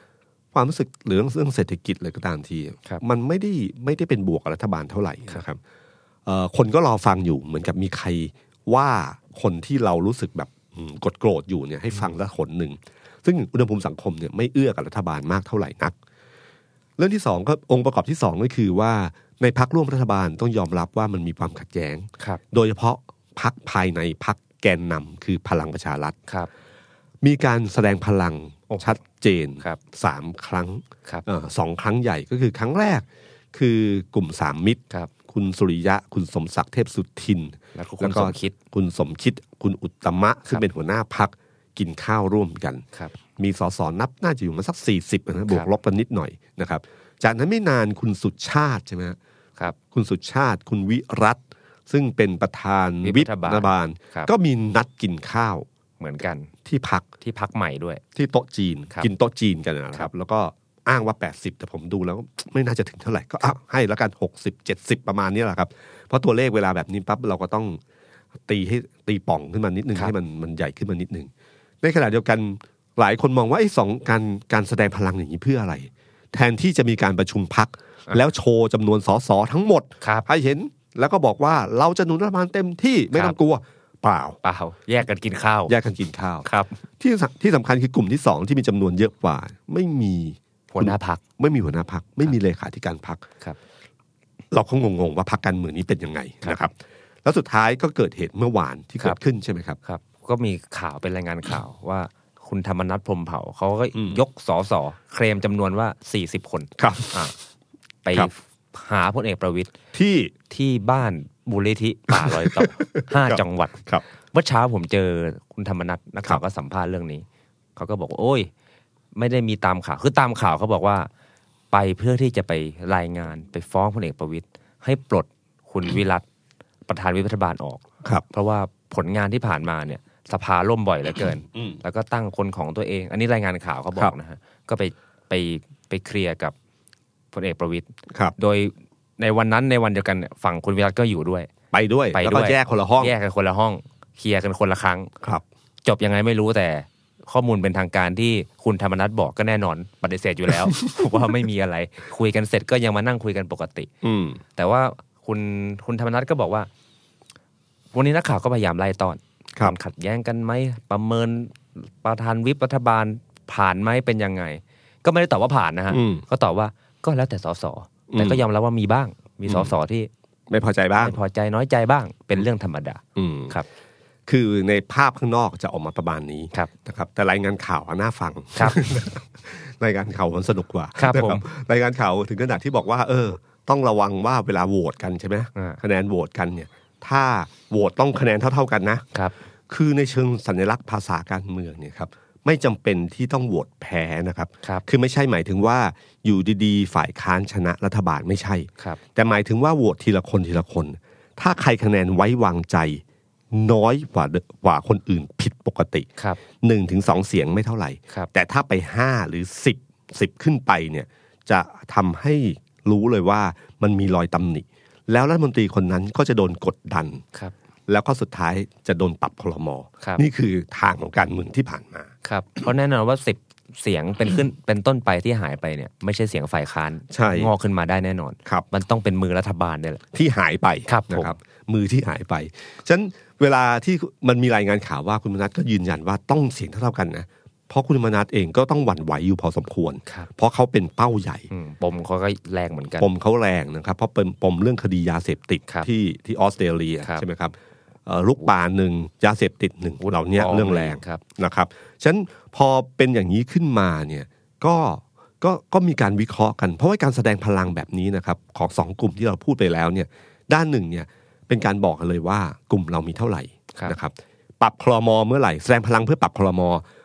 ความรู้สึกหรือเรื่องเศรษฐกิจเลยก็ตามที ครับ มันไม่ได้ไม่ได้เป็นบวกกับรัฐบาลเท่าไหร่นะครับเอ่อคนก็รอฟังอยู่เหมือนกับมีใครว่าคนที่เรารู้สึกแบบอืมกดโกรธอยู่เนี่ยให้ฟังละคนหนึ่ง ซึ่งอุณหภูมิสังคมเนี่ยไม่เอื้อกับรัฐบาลมากเท่าไหร่นัก เรื่องที่สองก็องค์ประกอบที่สองก็คือว่าในพักร่วมรัฐบาลต้องยอมรับว่ามันมีความขัดแย้ง ครับ โดยเฉพาะพักภายในพักแกนนำคือพลังประชารัฐ ครับ มีการแสดงพลัง โอ้ ชัดเจน ครับ สามครั้ง ครับ เอ่อสองครั้งใหญ่ก็คือครั้งแรกคือกลุ่มสามมิตร ครับ คุณสุริยะ คุณสมศักดิ์เทพสุทิน แล้วก็คุณสมคิด คุณสมคิด คุณอุตตมะ ซึ่ง ครับ เป็นหัวหน้าพักกินข้าวร่วมกัน ครับ มีสสนับน่าจะอยู่มาสัก 40นะฮะบวกครับ ลบกันนิดหน่อยนะครับ จากนั้นไม่นานคุณสุชาติใช่ไหมฮะ ครับ คุณสุชาติ คุณวิรัตซึ่งเป็นประธาน วิ วิ ปรัฐฐบาลบาล ครับ ก็มีนัดกินข้าว เหมือนกัน ที่พัก ที่พักใหม่ด้วย ที่โต๊ะจีน ครับ กินโต๊ะจีนกันนะ ค ค รั รับ บ แล้วก็อ้างว่า 80 แต่ผมดูแล้ว ไม่น่าจะถึงเท่าไหร่ ก็เอาให้แล้วกัน 60 70 ประมาณนี้แหละครับ เพราะตัวเลขเวลาแบบนี้ปั๊บเราก็ต้องตีให้ตีป่องขึ้นมานิดนึงให้มันมันใหญ่ขึ้นมานิดนึง ในขณะเดียวกันหลายคนมองว่าไอ้สองการการแสดงพลังอย่างนี้เพื่ออะไร แทนที่จะมีการประชุมพัก แล้วโชว์จำนวนสสทั้งหมด ครับ ให้เห็นแล้วก็บอกว่าเราจะหนุนรัฐบาลเต็มที่ไม่ต้องกลัวเปล่า เปล่าแยกกันกินข้าว แยกกันกินข้าว ครับ ที่สำที่สำคัญคือกลุ่มที่สองที่มีจำนวนเยอะกว่า ไม่มี หัวหน้าพัก ไม่มีหัวหน้าพัก ไม่มีเลขาธิการพัก ครับ เราก็งงๆว่าพักการเมืองนี้เป็นยังไง ครับ นะครับ แล้วสุดท้ายก็เกิดเหตุเมื่อวานที่ ครั เกิ บ ดขึ้นใช่ไหมครับ ครับ ก็มีข่าวเป็นรายงานข่าวว่าคุณธรรมนัฐพรหมเผ่าเขาก็ อืม ยกสอสอเคลมจำนวนว่า 40 คน ครับ อ่ะไป ครับ หาพลเอกประวิทย์ ที่ ที่บ้านบุริธิป่าล อยต่อ ห้าจังหวัด ครับ เมื่อเช้าผมเจอคุณธรรมนัฐนักข่าควรับ ก็สัมภาษณ์เรื่องนี้ เขาก็บอกว่า โอ้ย ไม่ได้มีตามข่าว คือตามข่าวเขาบอกว่า ไปเพื่อที่จะไปรายงานไปฟ้องพลเอกประวิตยให้ปลดคุณวิรัตประธานวิพัฒบาลออก ครับ เพราะว่าผลงานที่ผ่านมาเนี่ย สภาล่มบ่อยเหลือเกิน อืม แล้วก็ตั้งคนของตัวเอง อันนี้รายงานข่าวเขาบอ ครั ก บ นะฮะ ก็ไปไปไปเคลียร์กับพลเอกประวิตย ครับ โดยในวันนั้นในวันเดียวกันเนี่ยฝั่งคุณวิรัตก็อยู่ด้วย ไปด้วย ไป แล้ว ด้ ก็ วย แยกคนละห้อง แยกกันคนละห้อง เคลียร์กันคนละครั้ง ครับ จบยังไงไม่รู้แต่ข้อมูลเป็นทางการที่คุณธรรมนัฐบอกก็แน่นอนปฏิเสธอยู่แล้ว ว่าไม่มีอะไร คุยกันเสร็จก็ยังมานั่งคุยกันปกติ อืม แต่ว่าคุณคุณธรรมนัฐก็บอกว่า วันนี้นักข่าวก็พยายามไล่ต้อน ครับ มันขัดแย้งกันไหมประเมินประธานวิปรัฐบาลผ่านไหมเป็นยังไง ก็ไม่ได้ตอบว่าผ่านนะฮะ อืม ก็ตอบว่าก็แล้วแต่สส อืม แต่ก็ยอมรับว่ามีบ้าง มีสสที่ ไม่พอใจบ้าง ไม่พอใจน้อยใจบ้าง เป็นเรื่องธรรมดา อืม ครับ คือในภาพข้างนอกจะออกมาประมาณนี้ ครับ นะครับ แต่รายงานข่าวอะน่าฟัง ครับ รายการข่าวมันสนุกกว่า ครับ นะ ผม รายการข่าวถึงขนาดที่บอกว่า เออ ต้องระวังว่าเวลาโหวตกันใช่ไหม อ่า คะแนนโหวตกันเนี่ย ถ้าโหวตต้องคะแนนเท่า ๆกันนะ ครับ คือในเชิงสัญลักษณ์ภาษาการเมืองเนี่ยครับไม่จำเป็นที่ต้องโหวตแพ้นะครับ ครับ อไม่ใช่หมายถึงว่าอยู่ดีๆ ฝ่ายค้านชนะรัฐบาลไม่ใช่ ครับ แต่หมายถึงว่าโหวตทีละคนทีละคน ถ้าใครคะแนนไว้วางใจ น้อยกว่าเดิกว่าคนอื่นผิดปกติ ครับ หนึ่งถึงสองเสียงไม่เท่าไหร่ ครับ แต่ถ้าไปห้าหรือสิบสิบขึ้นไปเนี่ยจะทำให้รู้เลยว่ามันมีรอยตำหนิ แล้วรัฐมนตรีคนนั้นก็จะโดนกดดัน ครับ แล้วก็สุดท้ายจะโดนปรับคลมอ ครับ นี่คือทางของการเมืองที่ผ่านมา ครับเพราะแน่นอนว่าสิบเสียงเป็นขึ้น เป็นต้นไปที่หายไปเนี่ย ไม่ใช่เสียงฝ่ายค้าน ใช่ งอกขึ้นมาได้แน่นอน ครับ มันต้องเป็นมือรัฐบาลเนี่ยแหละ ที่หายไป ครับผม นะครับ มือที่หายไป ฉะนั้นเวลาที่มันมีรายงานข่าวว่าคุณมนัทก็ยืนยันว่าต้องเสียงเท่าๆกันนะเพราะคุณมนัทเองก็ต้องหวั่นไหวอยู่พอสมควร ครับ เพราะเขาเป็นเป้าใหญ่ ปมเขาก็แรงเหมือนกัน ปมเขาแรงนะครับ เพราะเป็นปมเรื่องคดียาเสพติด ครับ ที่ที่ออสเตรเลีย ครับ ใช่ไหมครับเอ่อลูกปานหนึ่งยาเสพติดหนึ่งเหล่าเนี้ย ปลอม เรื่องแรง ครับ นะครับฉะนั้นพอเป็นอย่างนี้ขึ้นมาเนี่ยก็ก็ก็มีการวิเคราะห์กัน เพราะว่าการแสดงพลังแบบนี้นะครับของสองกลุ่มที่เราพูดไปแล้วเนี่ยด้านหนึ่งเนี่ยเป็นการบอกกันเลยว่ากลุ่มเรามีเท่าไหร่ ครับ นะครับปรับคลมเมื่อไหร่แสดงพลังเพื่อปรับคลม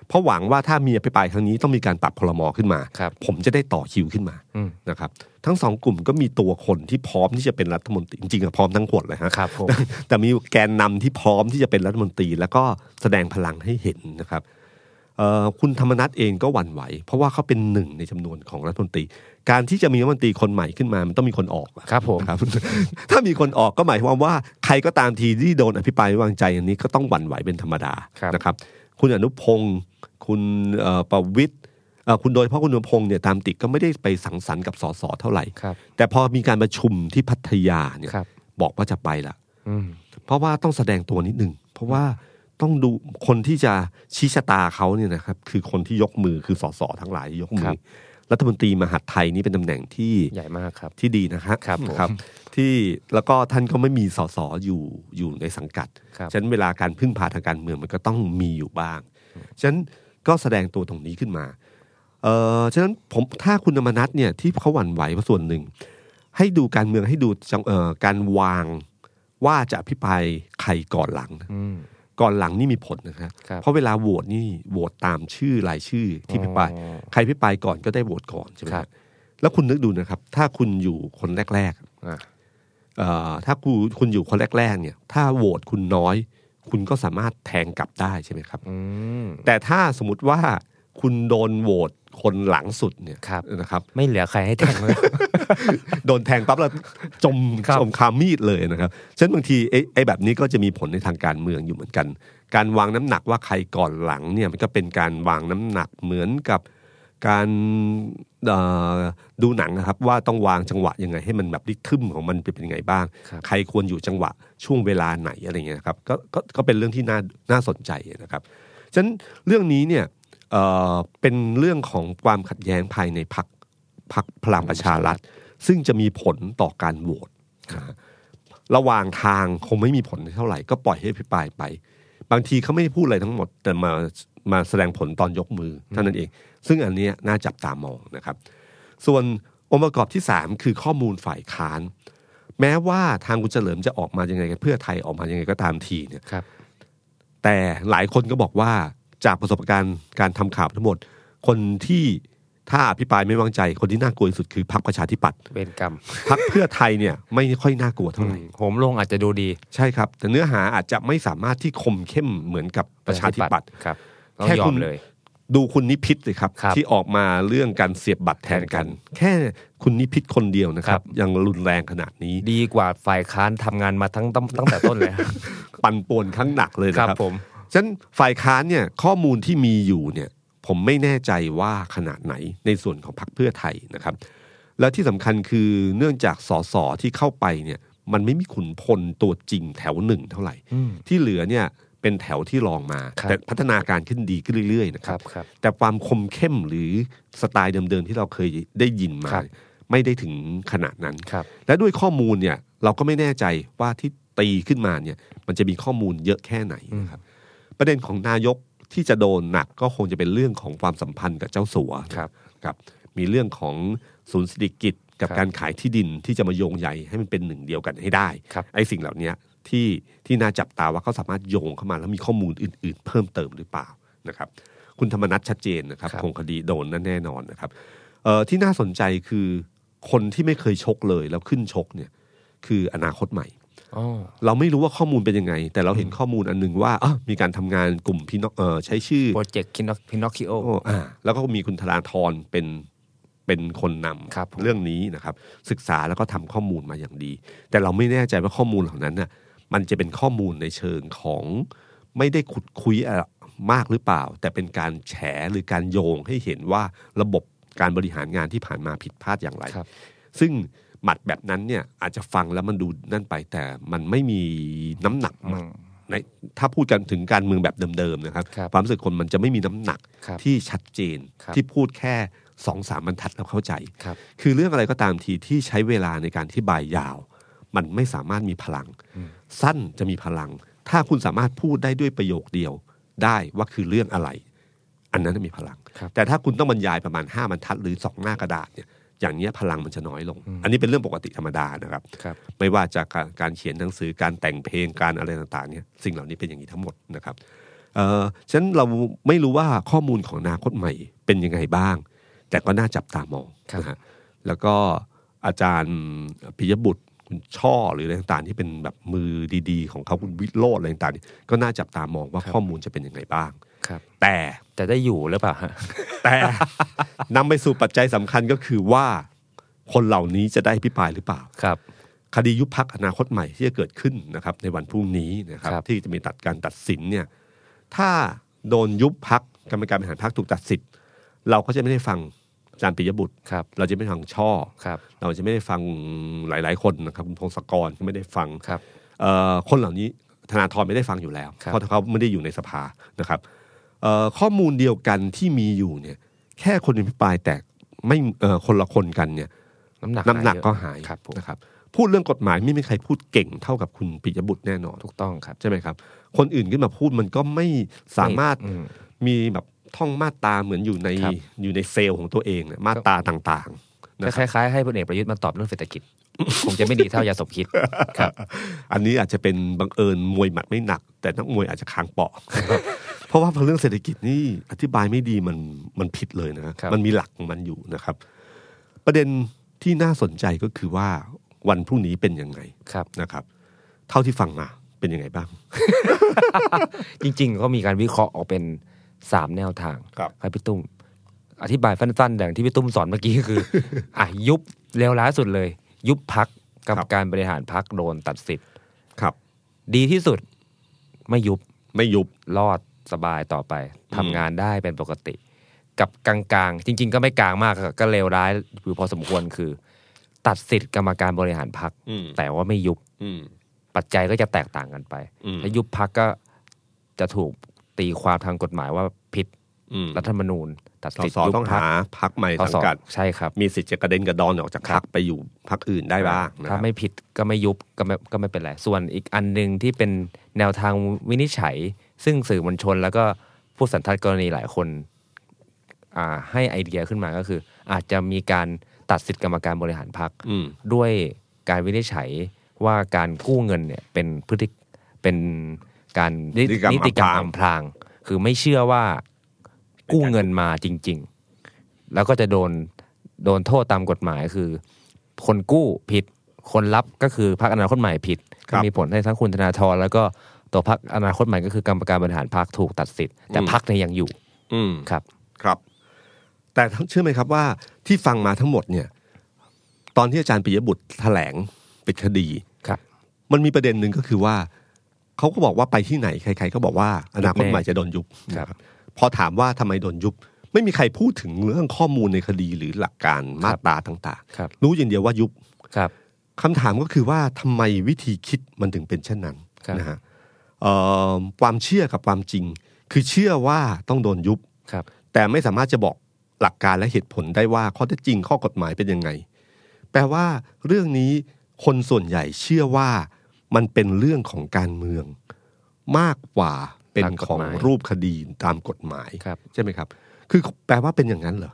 เพราะหวังว่าถ้ามีอภิปรายครั้งนี้ต้องมีการปรับคลมขึ้นมา ครับ ผมจะได้ต่อคิวขึ้นมา อืม นะครับทั้งสองกลุ่มก็มีตัวคนที่พร้อมที่จะเป็นรัฐมนตรีจริงๆอะพร้อมทั้งคนเลยฮะ ครับผม แต่มีแกนนำที่พร้อมที่จะเป็นรัฐมนตรี แล้วก็แสดงพลังให้เห็นนะครับเอ่อคุณธรรมนัฐเองก็หวั่นไหว เพราะว่าเขาเป็นหนึ่งในจำนวนของรัฐมนตรี การที่จะมีรัฐมนตรีคนใหม่ขึ้นมามันต้องมีคนออกอะ ครับผม นะครับ ถ้ามีคนออกก็หมายความว่าใครก็ตามทีที่โดนอภิปรายไม่วางใจอันนี้ก็ต้องหวั่นไหวเป็นธรรมดา ครับ นะครับ คุณอนุพงศ์คุณเอ่อประวิทย์เอ่อคุณโดยเฉพาะคุณอนุพงศ์เนี่ยตามติดก็ไม่ได้ไปสังสรรค์กับสสเท่าไหร่ ครับ แต่พอมีการประชุมที่พัทยาเนี่ย ครับ บอกว่าจะไปละ อืม เพราะว่าต้องแสดงตัวนิดหนึ่งเพราะว่าต้องดูคนที่จะชี้ชะตาเขาเนี่ยนะครับ คือคนที่ยกมือคือสสทั้งหลายยกมื ครั อบ รัฐมนตรีมหาดไทยนี่เป็นตำแหน่งที่ ใหญ่มากครับ ที่ดีนะฮะ ครับผม ที่แล้วก็ท่านก็ไม่มีสสอยู่อยู่ในสังกัด ครับ ฉะนั้นเวลาการพึ่งพาทางการเมืองมันก็ต้องมีอยู่บ้าง ฉะนั้นก็แสดงตัวตรงนี้ขึ้นมา เออฉะนั้นผมถ้าคุณธรรมนัทเนี่ยที่เขาหวั่นไหวเพราะส่วนหนึ่ง ให้ดูการเมืองให้ดูจังเอ่อการวางว่าจะอภิปรายใครก่อนหลังนะ อืม ก่อนหลังนี่มีผลนะครับ ครับ เพราะเวลาโหวตนี่โหวตตามชื่อรายชื่อที่อภิปราย อ๋อ ใครอภิปรายก่อนก็ได้โหวตก่อนใช่ไหม ครับ บแล้วคุณนึกดูนะครับ ถ้าคุณอยู่คนแรก ๆ อ่ะ เอ่อถ้าคุณคุณอยู่คนแรก ๆ เนี่ย ถ้าโหวตคุณน้อย คุณก็สามารถแทงกลับได้ใช่ไหมครับ อืม แต่ถ้าสมมติว่าคุณโดนโหวตคนหลังสุดเนี่ย ครับ นะครับ ไม่เหลือใครให้แทงเลย โดนแทงปั๊บแล้ว จม ครับ จมคามีดเลยนะครับฉะนั้นบางทีไอ้ไอ้แบบนี้ก็จะมีผลในทางการเมืองอยู่เหมือนกัน การวางน้ำหนักว่าใครก่อนหลังเนี่ยมันก็เป็นการวางน้ำหนักเหมือนกับการเอ่อดูหนังนะครับว่าต้องวางจังหวะยังไง ให้มันแบบริทึมของมันเป็นยังไงบ้าง ครับ ใครควรอยู่จังหวะช่วงเวลาไหนอะไรเงี้ยนะครับก็ก็ก็เป็นเรื่องที่น่าน่าสนใจนะครับฉะนั้นเรื่องนี้เนี่ยเอ่อเป็นเรื่องของความขัดแย้งภายในพักพักพลังประชารัฐ ซึ่งจะมีผลต่อการโหวตนะฮะระหว่างทางคงไม่มีผลเท่าไหร่ ก็ปล่อยให้พิปรายไป บางทีเขาไม่ได้พูดอะไรทั้งหมด แต่มามาแสดงผลตอนยกมือเท่านั้นเอง ซึ่งอันเนี้ยน่าจับตามองนะครับ ส่วนองค์ประกอบที่ 3 คือข้อมูลฝ่ายค้าน แม้ว่าทางคุณเฉลิมจะออกมายังไงกันเพื่อไทยออกมายังไงก็ตามทีเนี่ย ครับ แต่หลายคนก็บอกว่าจากประสบการณ์การทำข่าวทั้งหมด คนที่ถ้าอภิปรายไม่วางใจ คนที่น่ากลัวที่สุดคือพรรคประชาธิปัตย์ เวรกรรม พรรคเพื่อไทยเนี่ยไม่ค่อยน่ากลัวเท่าไหร่ โหมลงอาจจะดูดี ใช่ครับ แต่เนื้อหาอาจจะไม่สามารถที่คมเข้มเหมือนกับประชาธิปัตย์ ครับต้อง แค่ ยอ คุ ม ณ เลย ดูคุณนิพิษเลยครับ ครับ ที่ออกมาเรื่องการเสียบบัตรแทนกัน แค่คุณนิพิษคนเดียวนะค ครั รับ บ ยังรุนแรงขนาดนี้ ดีกว่าฝ่ายค้านทำงานมาทั้งตั้งตั้งแต่ต้นเลย ฮะ ปั่นป่วนครั้งหนักเลยนะครับ ครับผม ฉะนั้นฝ่ายค้านเนี่ยข้อมูลที่มีอยู่เนี่ยผมไม่แน่ใจว่าขนาดไหนในส่วนของพรรคเพื่อไทยนะครับ และที่สำคัญคือเนื่องจากสสที่เข้าไปเนี่ย มันไม่มีขุนพลตัวจริงแถวหนึ่งเท่าไหร่ อืม ที่เหลือเนี่ยเป็นแถวที่รองมา ครับ แต่พัฒนาการขึ้นดีขึ้นเรื่อยๆนะ ค ครั รับ บครับ แต่ความคมเข้มหรือสไตล์เดิมๆที่เราเคยได้ยินมา ครับ ไม่ได้ถึงขนาดนั้น ครับ และด้วยข้อมูลเนี่ยเราก็ไม่แน่ใจว่าที่ตีขึ้นมาเนี่ยมันจะมีข้อมูลเยอะแค่ไหนนะครับประเด็นของนายกที่จะโดนหนักก็คงจะเป็นเรื่องของความสัมพันธ์กับเจ้าสัว ครับ ครับมีเรื่องของศูนย์เศรษฐกิจกับ ครับ การขายที่ดินที่จะมาโยงใหญ่ให้มันเป็นหนึ่งเดียวกันให้ได้ ครับ ไอ้สิ่งเหล่านี้ที่ที่น่าจับตาว่าเขาสามารถโยงเข้ามาแล้วมีข้อมูลอื่น ๆ เพิ่มเติมหรือเปล่านะครับ คุณธรรมนัทชัดเจนนะครับ ครับ คงคดีโดนนั่นแน่นอนนะครับ เอ่อที่น่าสนใจคือคนที่ไม่เคยชกเลยแล้วขึ้นชกเนี่ยคืออนาคตใหม่ อ๋อ เราไม่รู้ว่าข้อมูลเป็นยังไง แต่เราเห็นข้อมูลอันหนึงว่าอ้าวมีการทำงานกลุ่มพี่น้องเออใช้ชื่อ โปรเจกต์พินอคคิโอ โอ้อ่าแล้วก็มีคุณธนาธรเป็นเป็นคนน ครับผม ำเรื่องนี้นะครับ ศึกษาแล้วก็ทำข้อมูลมาอย่างดี แต่เราไม่แน่ใจว่าข้อมูลเหล่านั้นน่ะมันจะเป็นข้อมูลในเชิงของไม่ได้ขุดคุยอะไรมากหรือเปล่า แต่เป็นการแฉหรือการโยงให้เห็นว่าระบบการบริหารงานที่ผ่านมาผิดพลาดอย่างไร ครับ ซึ่งหมัดแบบนั้นเนี่ยอาจจะฟังแล้วมันดูนั่นไปแต่มันไม่มีน้ำหนัก อืม ในถ้าพูดกันถึงการเมืองแบบเดิมๆนะครับ ครับ วามรู้สึกคนมันจะไม่มีน้ำหนัก ครับ ที่ชัดเจน ครับ ที่พูดแค่สองสามบรรทัดแล้วเข้าใจ ครับ คือเรื่องอะไรก็ตามทีที่ใช้เวลาในการที่บายยาว มันไม่สามารถมีพลัง สั้นจะมีพลัง ถ้าคุณสามารถพูดได้ด้วยประโยคเดียวได้ว่าคือเรื่องอะไร อันนั้นนะมีพลัง ครับ แต่ถ้าคุณต้องบรรยายประมาณ5บรรทัดหรือสองหน้ากระดาษเนี่ยอย่างเนี้ยพลังมันจะน้อยลง อันนี้เป็นเรื่องปกติธรรมดานะครับ ครับ ไม่ว่าจากการการเขียนหนังสือการแต่งเพลงการอะไรต่างๆเนี่ยสิ่งเหล่านี้เป็นอย่างนี้ทั้งหมดนะครับเอ่อฉะนั้นเราไม่รู้ว่าข้อมูลของอนาคตใหม่เป็นยังไงบ้าง แต่ก็น่าจับตามอง ครับ นะฮะแล้วก็อาจารย์พิยบุตรคุณช่อหรืออะไรต่างๆ ที่เป็นแบบมือดีๆ ของเขาคุณวิโรจน์อะไรต่างๆเนี่ยก็น่าจับตามองว่า ครับ ข้อมูลจะเป็นยังไงบ้าง ครับ แต่ แต่ได้อยู่หรือเปล่าฮ ะ แต่ นำไปสู่ปัจจัยสำคัญก็คือว่าคนเหล่านี้จะได้พิปรายหรือเปล่า ครับ คดียุบพักอนาคตใหม่ที่จะเกิดขึ้นนะครับ ในวันพรุ่งนี้นะครับ ครับ ที่จะมีตัดการตัดสินเนี่ยถ้าโดนยุบพักกรรมการบริหารพักถูกตัดสิทธิ์เราก็จะไม่ได้ฟังอาจารย์ปิยบุตร ครับ เราจะไม่ฟังช่อ ครับ เราจะไม่ได้ฟังหลาย ๆ คนนะครับคุณพงศกรก็ไม่ได้ฟัง ครับ เอ่อคนเหล่านี้ธนาธรไม่ได้ฟังอยู่แล้ว ครับ เพราะเขาไม่ได้อยู่ในสภานะครับเอ่อข้อมูลเดียวกันที่มีอยู่เนี่ยแค่คนอภิปรายแตกไม่เอ่อคนละคนกันเนี่ย น้ำหนัก น้ำหนัก เยอะ ก็หาย ครับผม นะครับพูดเรื่องกฎหมายไม่มีใครพูดเก่งเท่ากับคุณปิยบุตรแน่นอน ถูกต้องครับ ใช่ไหมครับ คนอื่นขึ้นมาพูดมันก็ไม่สามารถ อืม มีแบบท่องมาตราเหมือนอยู่ใน ครับ อยู่ในเซลล์ของตัวเองเนี่ยมาตราต่างๆนะ คล้ายๆให้พลเอกประยุทธ์มาตอบเรื่องเศรษฐกิจ คงจะไม่ดีเท่ายาสมคิด ครับ อันนี้อาจจะเป็นบังเอิญมวยหมัดไม่หนัก แต่นักมวยอาจจะค้างเปาะ เพราะว่าพอเรื่องเศรษฐกิจนี่อธิบายไม่ดีมันมันผิดเลยนะครับ มันมีหลักของมันอยู่นะครับ ประเด็นที่น่าสนใจก็คือว่าวันพรุ่งนี้เป็นยังไง ครับ นะครับ เท่าที่ฟังมาเป็นยังไงบ้าง จริงๆ ก็มีการวิเคราะห์ออกเป็นสามแนวทาง ครับ พี่ตุ้ม อธิบายสั้นๆอย่างที่พี่ตุ้มสอนเมื่อกี้ก็ คือ อ่ะยุบเร็วร้ายสุดเลย ยุบพักกับ ครับ การบริหารพักโดนตัดสิทธิ์ ครับ ดีที่สุด ไม่ยุบ ไม่ยุบ รอดสบายต่อไปทำงานได้เป็นปกติ กับกลางๆ จริง ๆ ก็ไม่กลางมากก็ก็เลวร้ายอยู่พอสมควรคือ ตัดสิทธิ์กรรมการบริหารพัก อืม แต่ว่าไม่ยุบ อืม ปัจจัยก็จะแตกต่างกันไป อืม ถ้ายุบพักก็จะถูกตีความทางกฎหมายว่าผิด อืม รัฐธรรมนูญ ตัด ส สิทธิ์ ส ยุบ ต้อง พรร หา ค พักใหม่ ส สัง ส กัด ใช่ครับ มีสิทธิ์จะกระเด็นกระดอนออกจากพักไปอยู่พักอื่นได้บ้างนะค ถ้า รับ ไม่ผิดก็ไม่ยุบก็ไม่ก็ไม่เป็นไร ส่วนอีกอันหนึ่งที่เป็นแนวทางวินิจฉัย ซึ่งสื่อมวลชน แล้วก็ผู้สันทัดกรณีหลายคนอ่าให้ไอเดียขึ้นมาก็คือ อาจจะมีการตัดสิทธิ์กรรมการบริหารพัก อืม ด้วยการวินิจฉัยว่าการกู้เงินเนี่ยเป็นพฤติเป็นการนิ นิติกรรม นิติกรรม อำพราง อำพราง คือไม่เชื่อว่ากู้เงินมาจริง ๆ แล้วก็จะโดนโดนโทษตามกฎหมายคือ คนกู้ผิดคนรับก็คือพรรคอนาคตใหม่ผิด ครับ มีผลให้ทั้งคุณธนาธรแล้วก็ตัวพรรคอนาคตใหม่ก็คือกรรมการบริหารพรรคถูกตัดสิทธิ์แต่พรรคเนี่ยยังอยู่ อืม ครับ ครับ แต่เชื่อไหมครับว่าที่ฟังมาทั้งหมดเนี่ย ตอนที่อาจารย์ปิยบุตรแถลงปิดคดี ครับ มันมีประเด็นหนึ่งก็คือว่า เขาก็บอกว่าไปที่ไหนใคร ๆ ก็บอกว่าอนาคต แน่ ใหม่จะโดนยุบ ครับ นะครับพอถามว่าทำไมโดนยุบ ไม่มีใครพูดถึงเรื่องข้อมูลในคดีหรือหลักการมาตราต่าง ครับ ๆ รู้อย่างเดียวว่ายุบ ครับ คำถามก็คือว่าทำไมวิธีคิดมันถึงเป็นเช่นนั้น ครับ นะฮะเอ่อความเชื่อกับความจริง คือเชื่อว่าต้องโดนยุบ ครับ แต่ไม่สามารถจะบอกหลักการและเหตุผลได้ว่าข้อเท็จจริงข้อกฎหมายเป็นยังไง แปลว่าเรื่องนี้คนส่วนใหญ่เชื่อว่ามันเป็นเรื่องของการเมือง มากกว่าเป็น ตามกฎ ของ หมาย รูปคดีตามกฎหมาย ครับ ใช่ไหมครับ คือแปลว่าเป็นอย่างนั้นเหรอ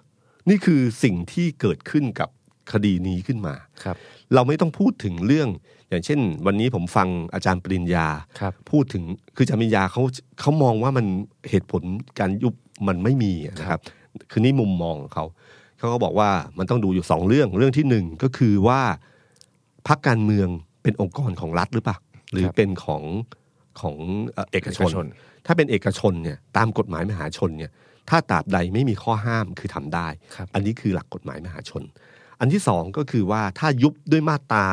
นี่คือสิ่งที่เกิดขึ้นกับคดีนี้ขึ้นมา ครับ เราไม่ต้องพูดถึงเรื่อง อย่างเช่น วันนี้ผมฟังอาจารย์ปริญญา ครับ พูดถึงคืออาจารย์ปริญญาเขาเขามองว่ามันเหตุผลการยุบมันไม่มีอะนะครับ คือนี่มุมมองของเขา เขาก็บอกว่ามันต้องดูอยู่สองเรื่อง เรื่องที่หนึ่งก็คือว่าพรรคการเมืองเป็นองค์กรของรัฐหรือเปล่า หรือ ครับ เป็นของของเอ่อเอกชน เอกชน ถ้าเป็นเอกชนเนี่ยตามกฎหมายมหาชนเนี่ยถ้าตราบใดไม่มีข้อห้ามคือทำได้ ครับ อันนี้คือหลักกฎหมายมหาชน อันที่สองก็คือว่าถ้ายุบด้วยมาตรา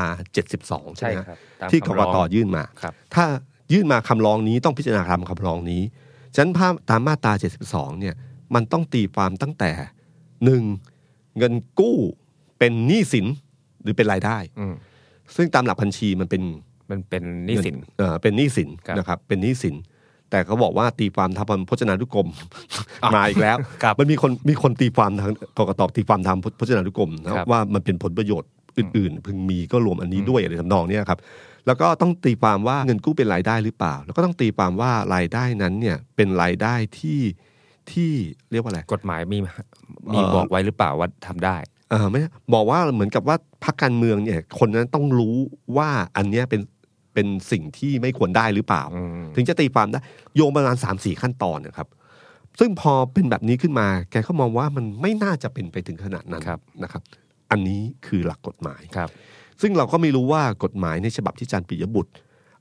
72 ใช่ ใช่ ไหม ค ฮะ รับาม ที่ก คำ ก ร้ง ตยื่นมา ครับ ถ้ายื่นมาคำร้องนี้ต้องพิจารณาตามคำร้องนี้ ฉะนั้นภาพตามมาตรา 72 เนี่ยมันต้องตีความตั้งแต่หนึ่งเงินกู้เป็นหนี้สินหรือเป็นรายได้ อืม ซึ่งตามหลักบัญชีมันเป็น มันเป็นหนี้สิน เอ่อเป็นหนี้สิน ครับ นะครับ เป็นหนี้สิน แต่เขาบอกว่าตีความทางพจนานุกรม มาอีกแล้ว ครับ มันมีคนมีคนตีความทางกกตตีความทางพจนานุกรมนะครับ ว่ามันเป็นผลประโยชน์อื่น ๆ พึงมีก็รวมอันนี้ด้วยอะไรทำนองเนี้ยครับ แล้วก็ต้องตีความว่าเงินกู้เป็นรายได้หรือเปล่า แล้วก็ต้องตีความว่ารายได้นั้นเนี่ยเป็นรายได้ที่ที่เรียกว่าอะไร กฎหมายมีมี เอ่อ บอกไว้หรือเปล่าว่าทำได้ เออไม่บอกว่าเหมือนกับว่าพรรคการเมืองเนี่ย คนนั้นต้องรู้ว่าอันเนี้ยเป็นเป็นสิ่งที่ไม่ควรได้หรือเปล่า อืม ถึงจะตีความได้โยงประมาณสามสี่ขั้นตอนนะครับ ซึ่งพอเป็นแบบนี้ขึ้นมา แกก็มองว่ามันไม่น่าจะเป็นไปถึงขนาดนั้น ครับ นะครับ อันนี้คือหลักกฎหมาย ครับ ซึ่งเราก็ไม่รู้ว่ากฎหมายในฉบับที่อาจารย์ปิยบุตร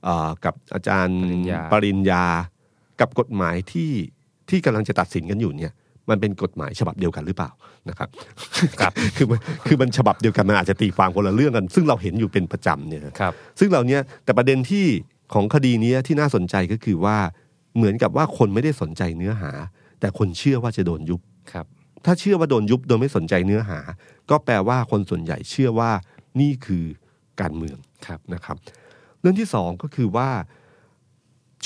เอ่อกับอาจารย์ ปริญญา ปริญญา กับกฎหมายที่ที่กำลังจะตัดสินกันอยู่เนี่ย มันเป็นกฎหมายฉบับเดียวกันหรือเปล่านะครับ ครับ คือมันคือมันฉบับเดียวกันมันอาจจะตีความคนละเรื่องกัน ซึ่งเราเห็นอยู่เป็นประจำเนี่ย ครับ ซึ่งเราเนี้ยแต่ประเด็นที่ของคดีเนี้ยที่น่าสนใจก็คือว่าเหมือนกับว่าคนไม่ได้สนใจเนื้อหา แต่คนเชื่อว่าจะโดนยุบ ครับ ถ้าเชื่อว่าโดนยุบโดยไม่สนใจเนื้อหา ก็แปลว่าคนส่วนใหญ่เชื่อว่านี่คือการเมือง ครับ นะครับ เรื่องที่สองก็คือว่า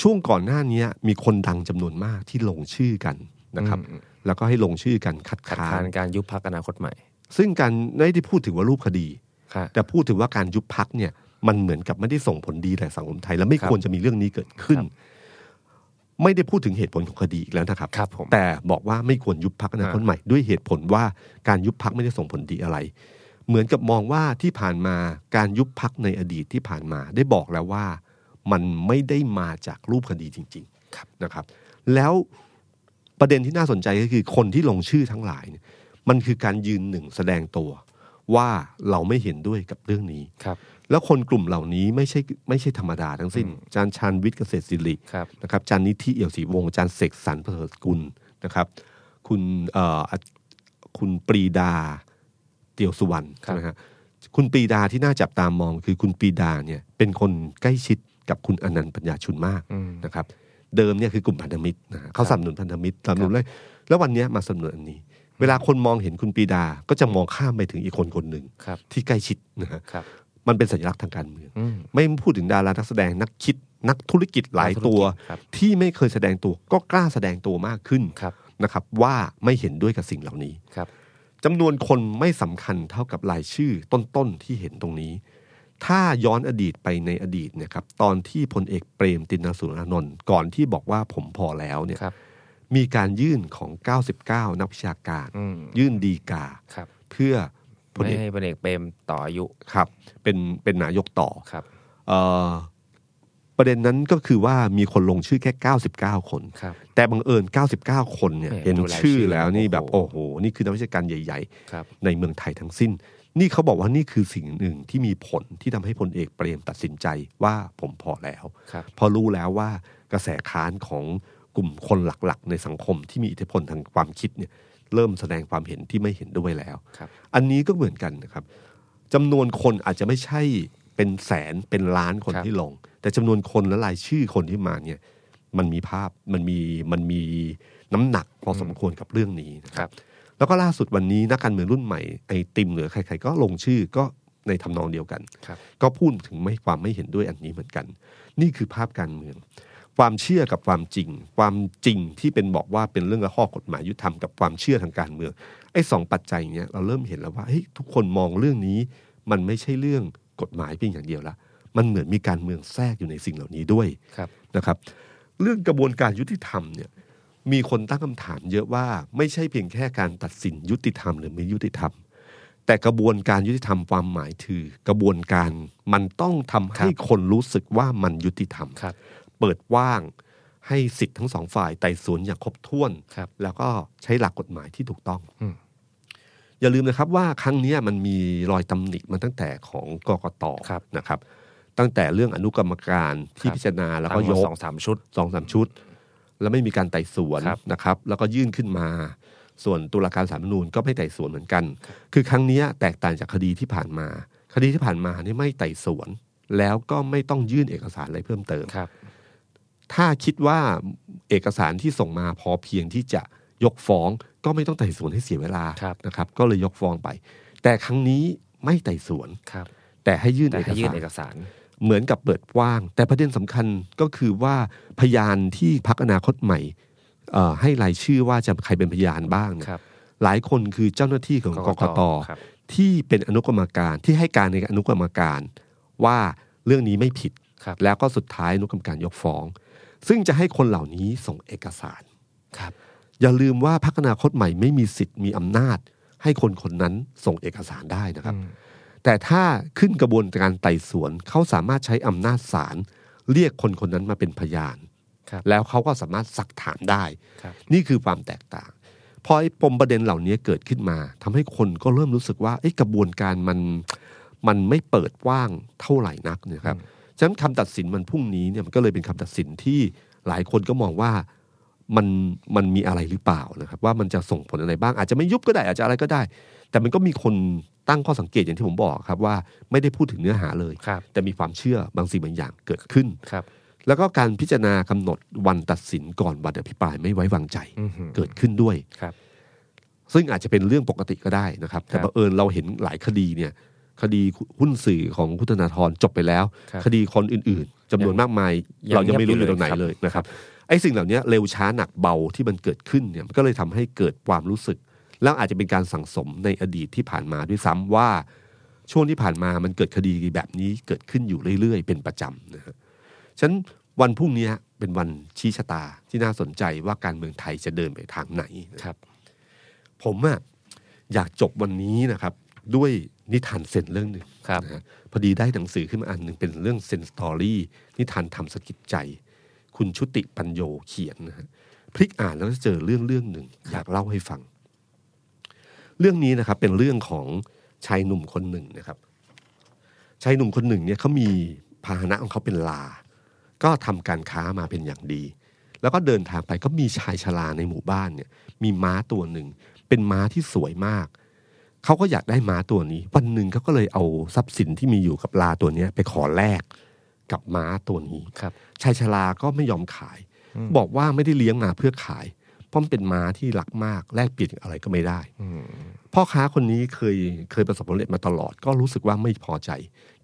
ช่วงก่อนหน้าเนี้ยมีคนดังจำนวนมากที่ลงชื่อกันนะครับ อืม แล้วก็ให้ลงชื่อกันคัด ขัด ค้า ขาน น การยุบพักอนาคตใหม่ ซึ่งการไม่ได้พูดถึงว่ารูปคดี ค่ะ แต่พูดถึงว่าการยุบพักเนี่ยมันเหมือนกับไม่ได้ส่งผลดีต่อสังคมไทย และไม่ ครับ ควรจะมีเรื่องนี้เกิดขึ้น ครับ ไม่ได้พูดถึงเหตุผลของคดีอีกแล้วนะครับ ครับผม แต่บอกว่าไม่ควรยุบพักอนาคต อ่า ใหม่ด้วยเหตุผลว่าการยุบพักไม่ได้ส่งผลดีอะไร เหมือนกับมองว่าที่ผ่านมาการยุบพักในอดีตที่ผ่านมา ได้บอกแล้วว่ามันไม่ได้มาจากรูปคดีจริงๆนะครับ แล้วประเด็นที่น่าสนใจก็คือคนที่ลงชื่อทั้งหลายเนี่ยมันคือการยืนหนึ่งแสดงตัว ว่าเราไม่เห็นด้วยกับเรื่องนี้ ครับ แล้วคนกลุ่มเหล่านี้ไม่ใช่ไม่ใช่ธรรมดาทั้งสิ้นอาจารย์ชานวิทย์เกษตรศิริ ครับ นะครับอาจารย์นิธิเอี่ยวศรีวงศ์อาจารย์เสกสรรประเสริฐกุลนะครับ คุณเอ่ออ่ะคุณปรีดาเตียวสุวรรณ ครับ นะฮะคุณปรีดาที่น่าจับตามองคือคุณปรีดาเนี่ยเป็นคนใกล้ชิดกับคุณอนันต์ปัญญาชุนมาก อืม นะครับ เดิมเนี่ยคือกลุ่มพันธมิตรนะฮะเขา ครับ สนับสนุนพันธมิตรสนับสนุนเลยแล้ววันเนี้ยมาสนับสนุนอันนี้ เวลาคนมองเห็นคุณปรีดาก็จะมองข้ามไปถึงอีกคนคนหนึ่ง ครับ ที่ใกล้ชิดนะฮะ ครับ มันเป็นสัญลักษณ์ทางการเมือง อืม ไม่พูดถึงดารานักแสดงนักคิดนักธุรกิจหลายตัว นักธุรกิจครับ ที่ไม่เคยแสดงตัวก็กล้าแสดงตัวมากขึ้น ครับ นะครับ ว่าไม่เห็นด้วยกับสิ่งเหล่านี้ ครับ จำนวนคนไม่สำคัญเท่ากับรายชื่อต้นๆที่เห็นตรงนี้ ถ้าย้อนอดีตไปในอดีตเนะครับตอนที่พลเอกเปรมตินสุรานนท์ก่อนที่บอกว่าผมพอแล้วเนี่ย ครับ มีการยื่นของ 99 นักวิชาการ อืม ยื่นดีกา ครับ เพื่อพล ไม่ เอก ให้พลเอกเปรมต่ออายุ ครับเป็นเป็นนายกต่อ ครับ เอ่อประเด็นนั้นก็คือว่ามีคนลงชื่อแค่ 99 คน ครับ แต่บังเอิญ 99 คนเนี่ย แหม่ เห็น ดูราย ชื่อ ชื่อ แล้วนี่แบบ โอ้ โอ้โห โห นี่คือนักวิชาการใหญ่ ครับ ๆ ในเมืองไทยทั้งสิ้น นี่เขาบอกว่านี่คือสิ่งหนึ่งที่มีผลที่ทำให้พลเอกเปรมตัดสินใจว่าผมพอแล้ว ครับ พอรู้แล้วว่ากระแสค้านของกลุ่มคนหลักๆ ในสังคมที่มีอิทธิพลทางความคิดเนี่ยเริ่มแสดงความเห็นที่ไม่เห็นด้วยแล้ว ครับ อันนี้ก็เหมือนกันนะครับจำนวนคนอาจจะไม่ใช่เป็นแสนเป็นล้านคน ครับ ที่ลง แต่จำนวนคนและรายชื่อคนที่มาเนี่ยมันมีภาพมันมีมันมีน้ำหนักพอสมควรกับเรื่องนี้นะค ค รั รับ บ แล้วก็ล่าสุดวันนี้นักการเมืองรุ่นใหม่ไอติมหรือใครๆก็ลงชื่อก็ ในทำนองเดียวกัน ครับ ก็พูดถึงไม่ความไม่เห็นด้วยอันนี้เหมือนกัน นี่คือภาพการเมือง ความเชื่อกับความจริง ความจริงที่เป็นบอกว่าเป็นเรื่องข้อกฎหมายยุติธรรมกับความเชื่อทางการเมืองไอ้สองปัจจัยเนี้ยเราเริ่มเห็นแล้วว่าเฮ้ยทุกคนมองเรื่องนี้ มันไม่ใช่เรื่องกฎหมายเพียงอย่างเดียวละมันเหมือนมีการเมืองแทรกอยู่ในสิ่งเหล่านี้ด้วย ครับ นะครับเรื่องกระบวนการยุติธรรมเนี่ยมีคนตั้งคำถามเยอะว่าไม่ใช่เพียงแค่การตัดสินยุติธรรมหรือไม่ยุติธรรม แต่กระบวนการยุติธรรมความหมายถือ กระบวนการมันต้องทำให้คนรู้สึกว่ามันยุติธรรม ครับ เปิดว่างให้สิทธิ์ทั้งสองฝ่ายไต่สวนอย่างครบถ้วน ครับ แล้วก็ใช้หลักกฎหมายที่ถูกต้อง อืม อย่าลืมนะครับว่าครั้งเนี้ยมันมีรอยตำหนิมาตั้งแต่ของกกต ครับ นะครับ ตั้งแต่เรื่องอนุกรรมการที่ ครับ พิจารณาแล้วก็ทั้งหยมด ก สองสามชุด สองสามชุด แล้วไม่มีการไต่สวน ครับ นะครับ แล้วก็ยื่นขึ้นมา ส่วนตุลาการสาลรฐธรรมนูญก็ไม่ไต่สวนเหมือนกัน คือครั้งเนี้ยแตกต่างจากคดีที่ผ่านมา คดีที่ผ่านมานี่ไม่ไต่สวน แล้วก็ไม่ต้องยื่นเอกสารอะไรเพิ่มเติม ครับ ถ้าคิดว่าเอกสารที่ส่งมาพอเพียงที่จะยกฟ้องก็ไม่ต้องไต่สวนให้เสียเวลา ครับ นะครับ ก็เลยยกฟ้องไป แต่ครั้งนี้ไม่ไต่สวน ครับ แต่ให้ยื่น แต่ เอก ให้ยื่ สาน ร เอกสาร เหมือนกับเปิดกว้าง แต่ประเด็นสำคัญก็คือว่าพยานที่พักอนาคตใหม่เอ่อให้รายชื่อว่าจะใครเป็นพยานบ้างเนี่ย ครับ หลายคนคือเจ้าหน้าที่ของกกต ครับ ที่เป็นอนุกรรมการที่ให้การในอนุกรรมการว่าเรื่องนี้ไม่ผิด ครับ แล้วก็สุดท้ายอนุกรรมการยกฟ้อง ซึ่งจะให้คนเหล่านี้ส่งเอกสาร ครับ อย่าลืมว่าพักอนาคตใหม่ไม่มีสิทธิ์มีอำนาจ ให้คนคนนั้นส่งเอกสารได้นะครับ อืม แต่ถ้าขึ้นกระบวนการไต่สวนเขาสามารถใช้อำนาจศาลเรียกคนคนนั้นมาเป็นพยาน ครับ แล้วเขาก็สามารถสักถามได้ ครับ นี่คือความแตกต่างพอไอ้ปมประเด็นเหล่านี้เกิดขึ้นมาทำให้คนก็เริ่มรู้สึกว่าไอ้กระบวนการมันมันไม่เปิดกว้างเท่าไหร่นักเนะครับฉะนั้นคำตัดสินมันพรุ่งนี้เนี่ยมันก็เลยเป็นคำตัดสินที่หลายคนก็มองว่ามันมันมีอะไรหรือเปล่านะครับ ว่ามันจะส่งผลอะไรบ้างอาจจะไม่ยุบก็ได้อาจจะอะไรก็ได้ แต่มันก็มีคนตั้งข้อสังเกตอย่างที่ผมบอกครับว่าไม่ได้พูดถึงเนื้อหาเลย ครับ แต่มีความเชื่อบางสิ่งบางอย่างเกิดขึ้น ครับ แล้วก็การพิจารณากำหนดวันตัดสินก่อนวันอภิปรายไม่ไว้วางใจ อือหือ เกิดขึ้นด้วย ครับ ซึ่งอาจจะเป็นเรื่องปกติก็ได้นะครับ แต่ ครับ บังเอิญเราเห็นหลายคดีเนี่ย คดีหุ้นสื่อของคุณธนาธรจบไปแล้ว ครับ คดีคนอื่นๆจำนวนมากมาย ยัง เรายังไม่รู้ เงี อย บอยู่ตยู่รงไหน เลย เลยนะครับไอ้สิ่งเหล่านี้เร็วช้าหนักเบาที่มันเกิดขึ้นเนี่ยมันก็เลยทำให้เกิดความรู้สึก แล้วอาจจะเป็นการสั่งสมในอดีตที่ผ่านมาด้วยซ้ำว่าช่วงที่ผ่านมามันเกิดคดีแบบนี้เกิดขึ้นอยู่เรื่อยๆ เป็นประจำนะฮะฉะนั้นวันพรุ่งนี้เป็นวันชี้ชะตาที่น่าสนใจว่าการเมืองไทยจะเดินไปทางไหนนะ ครับ ผมอะอยากจบวันนี้นะครับ ด้วยนิทานเซนเรื่องหนึ่ง ครับ นะฮะพอดีได้หนังสือขึ้นมาอันหนึ่งเป็นเรื่องเซนสตอรี่นิทานทำสะกิดใจ คุณชุติปัญโยเขียนนะฮะพลิกอ่านแล้วเจอเรื่องเรื่องหนึ่งอยากเล่าให้ฟัง เรื่องนี้นะครับเป็นเรื่องของชายหนุ่มคนหนึ่งนะครับ ชายหนุ่มคนหนึ่งเนี่ยเขามีพาหนะของเขาเป็นลา ก็ทำการค้ามาเป็นอย่างดี แล้วก็เดินทางไปก็มีชายชราในหมู่บ้านเนี่ย มีม้าตัวหนึ่ง เป็นม้าที่สวยมาก เขาก็อยากได้ม้าตัวนี้ วันหนึ่งเขาก็เลยเอาทรัพย์สินที่มีอยู่กับลาตัวเนี้ยไปขอแลกกับม้าตัวนี้ ครับ ชายชราก็ไม่ยอมขาย บอกว่าไม่ได้เลี้ยงมาเพื่อขาย เพราะมันเป็นม้าที่รักมากแลกเปลี่ยนอะไรก็ไม่ได้ อืม พ่อค้าคนนี้เคยเคยประสบผลสำเร็จมาตลอด ก็รู้สึกว่าไม่พอใจ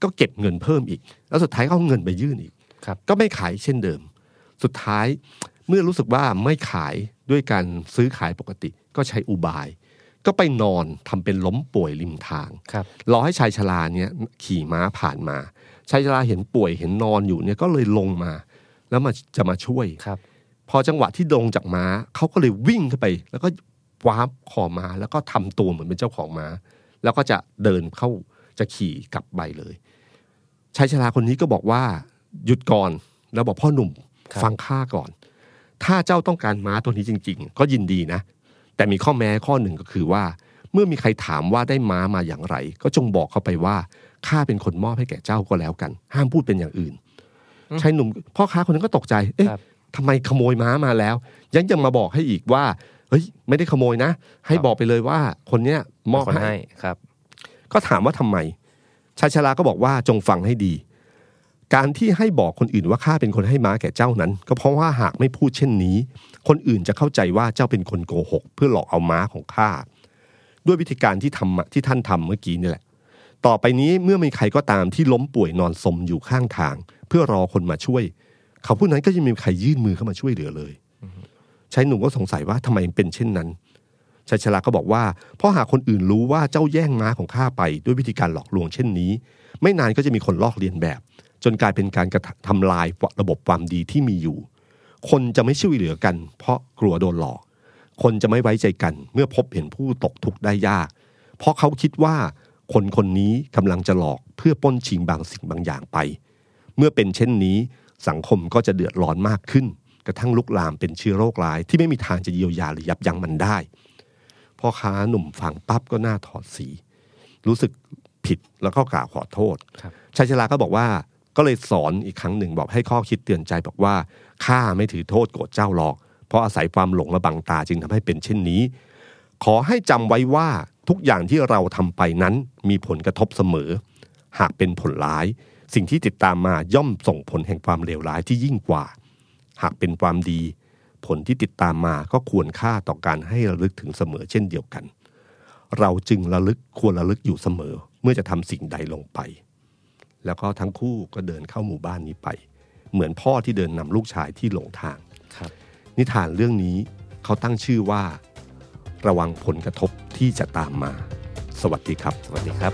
ก็เก็บเงินเพิ่มอีก แล้วสุดท้ายก็เอาเงินไปยื่นอีก ครับ ก็ไม่ขายเช่นเดิม สุดท้ายเมื่อรู้สึกว่าไม่ขายด้วยการซื้อขายปกติ ก็ใช้อุบาย ก็ไปนอนทำเป็นล้มป่วยริมทาง ครับ รอให้ชายชราเนี่ยขี่ม้าผ่านมา ชายชราเห็นป่วยเห็นนอนอยู่เนี่ยก็เลยลงมา แล้วมาจะมาช่วย ครับ พอจังหวะที่ลงจากม้าเขาก็เลยวิ่งเข้าไป แล้วก็วาบคอม้าแล้วก็ทำตัวเหมือนเป็นเจ้าของม้า แล้วก็จะเดินเข้าจะขี่กลับไปเลยชายชราคนนี้ก็บอกว่าหยุดก่อนแล้วบอกพ่อหนุ่ม ครับ ฟังข้าก่อน ถ้าเจ้าต้องการม้าตัวนี้จริง ๆ ก็ยินดีนะ แต่มีข้อแม้ข้อหนึ่งก็คือว่า เมื่อมีใครถามว่าได้ม้ามาอย่างไร ก็จงบอกเขาไปว่าข้าเป็นคนมอบให้แก่เจ้าก็แล้วกัน ห้ามพูดเป็นอย่างอื่นชายหนุ่มพ่อค้าคนนั้นก็ตกใจเอ๊ะ ครับ ทำไมขโมยม้ามาแล้ว ยังจะมาบอกให้อีกว่าเฮ้ยไม่ได้ขโมยนะ ให้ ครับ บอกไปเลยว่าคนเนี้ยมอบ คน ให้ ให้ครับ ก็ถามว่าทำไม ชายชราก็บอกว่าจงฟังให้ดี การที่ให้บอกคนอื่นว่าข้าเป็นคนให้ม้าแก่เจ้านั้น ก็เพราะว่าหากไม่พูดเช่นนี้ คนอื่นจะเข้าใจว่าเจ้าเป็นคนโกหก เพื่อหลอกเอาม้าของข้าด้วยวิธีการที่ทำที่ท่านทำเมื่อกี้นี่แหละ ต่อไปนี้เมื่อมีใครก็ตามที่ล้มป่วยนอนสมอยู่ข้างทาง เพื่อรอคนมาช่วย เขาผู้นั้นก็ยังไมมีใครยื่นมือเข้ามาช่วยเหลือเลยชายหนุ่มก็สงสัยว่าทำไมเป็นเช่นนั้นชายชราก็บอกว่าเพราะหากคนอื่นรู้ว่าเจ้าแย่งม้าของข้าไปด้วยวิธีการหลอกลวงเช่นนี้ ไม่นานก็จะมีคนลอกเลียนแบบ จนกลายเป็นการกระทำทำลายระบบความดีที่มีอยู่ คนจะไม่ช่วยเหลือกัน เพราะกลัวโดนหลอก คนจะไม่ไว้ใจกันเมื่อพบเห็นผู้ตกทุกข์ได้ยาก เพราะเขาคิดว่าคนคนนี้กำลังจะหลอกเพื่อปล้นชิงบางสิ่งบางอย่างไป เมื่อเป็นเช่นนี้ สังคมก็จะเดือดร้อนมากขึ้น กระทั่งลุกลามเป็นเชื้อโรคร้ายที่ไม่มีทางจะเยียวยาหรือยับยั้งมันได้พ่อค้าหนุ่มฟังปั๊บก็หน้าถอดสี รู้สึกผิดแล้วก็กล่าวขอโทษ ครับ ชายชราก็บอกว่าก็เลยสอนอีกครั้งหนึ่งบอกให้ข้อคิดเตือนใจบอกว่าข้าไม่ถือโทษโกรธเจ้าหรอก เพราะอาศัยความหลงและบังตาจึงทำให้เป็นเช่นนี้ ขอให้จำไว้ว่าทุกอย่างที่เราทำไปนั้นมีผลกระทบเสมอ หากเป็นผลร้าย สิ่งที่ติดตามมาย่อมส่งผลแห่งความเลวร้ายที่ยิ่งกว่า หากเป็นความดี ผลที่ติดตามมาก็ควรค่าต่อการให้ระลึกถึงเสมอเช่นเดียวกัน เราจึงระลึกควรระลึกอยู่เสมอ เมื่อจะทำสิ่งใดลงไป แล้วก็ทั้งคู่ก็เดินเข้าหมู่บ้านนี้ไป เหมือนพ่อที่เดินนำลูกชายที่หลงทาง ครับ นิทานเรื่องนี้เขาตั้งชื่อว่า ระวังผลกระทบที่จะตามมา สวัสดีครับ สวัสดีครับ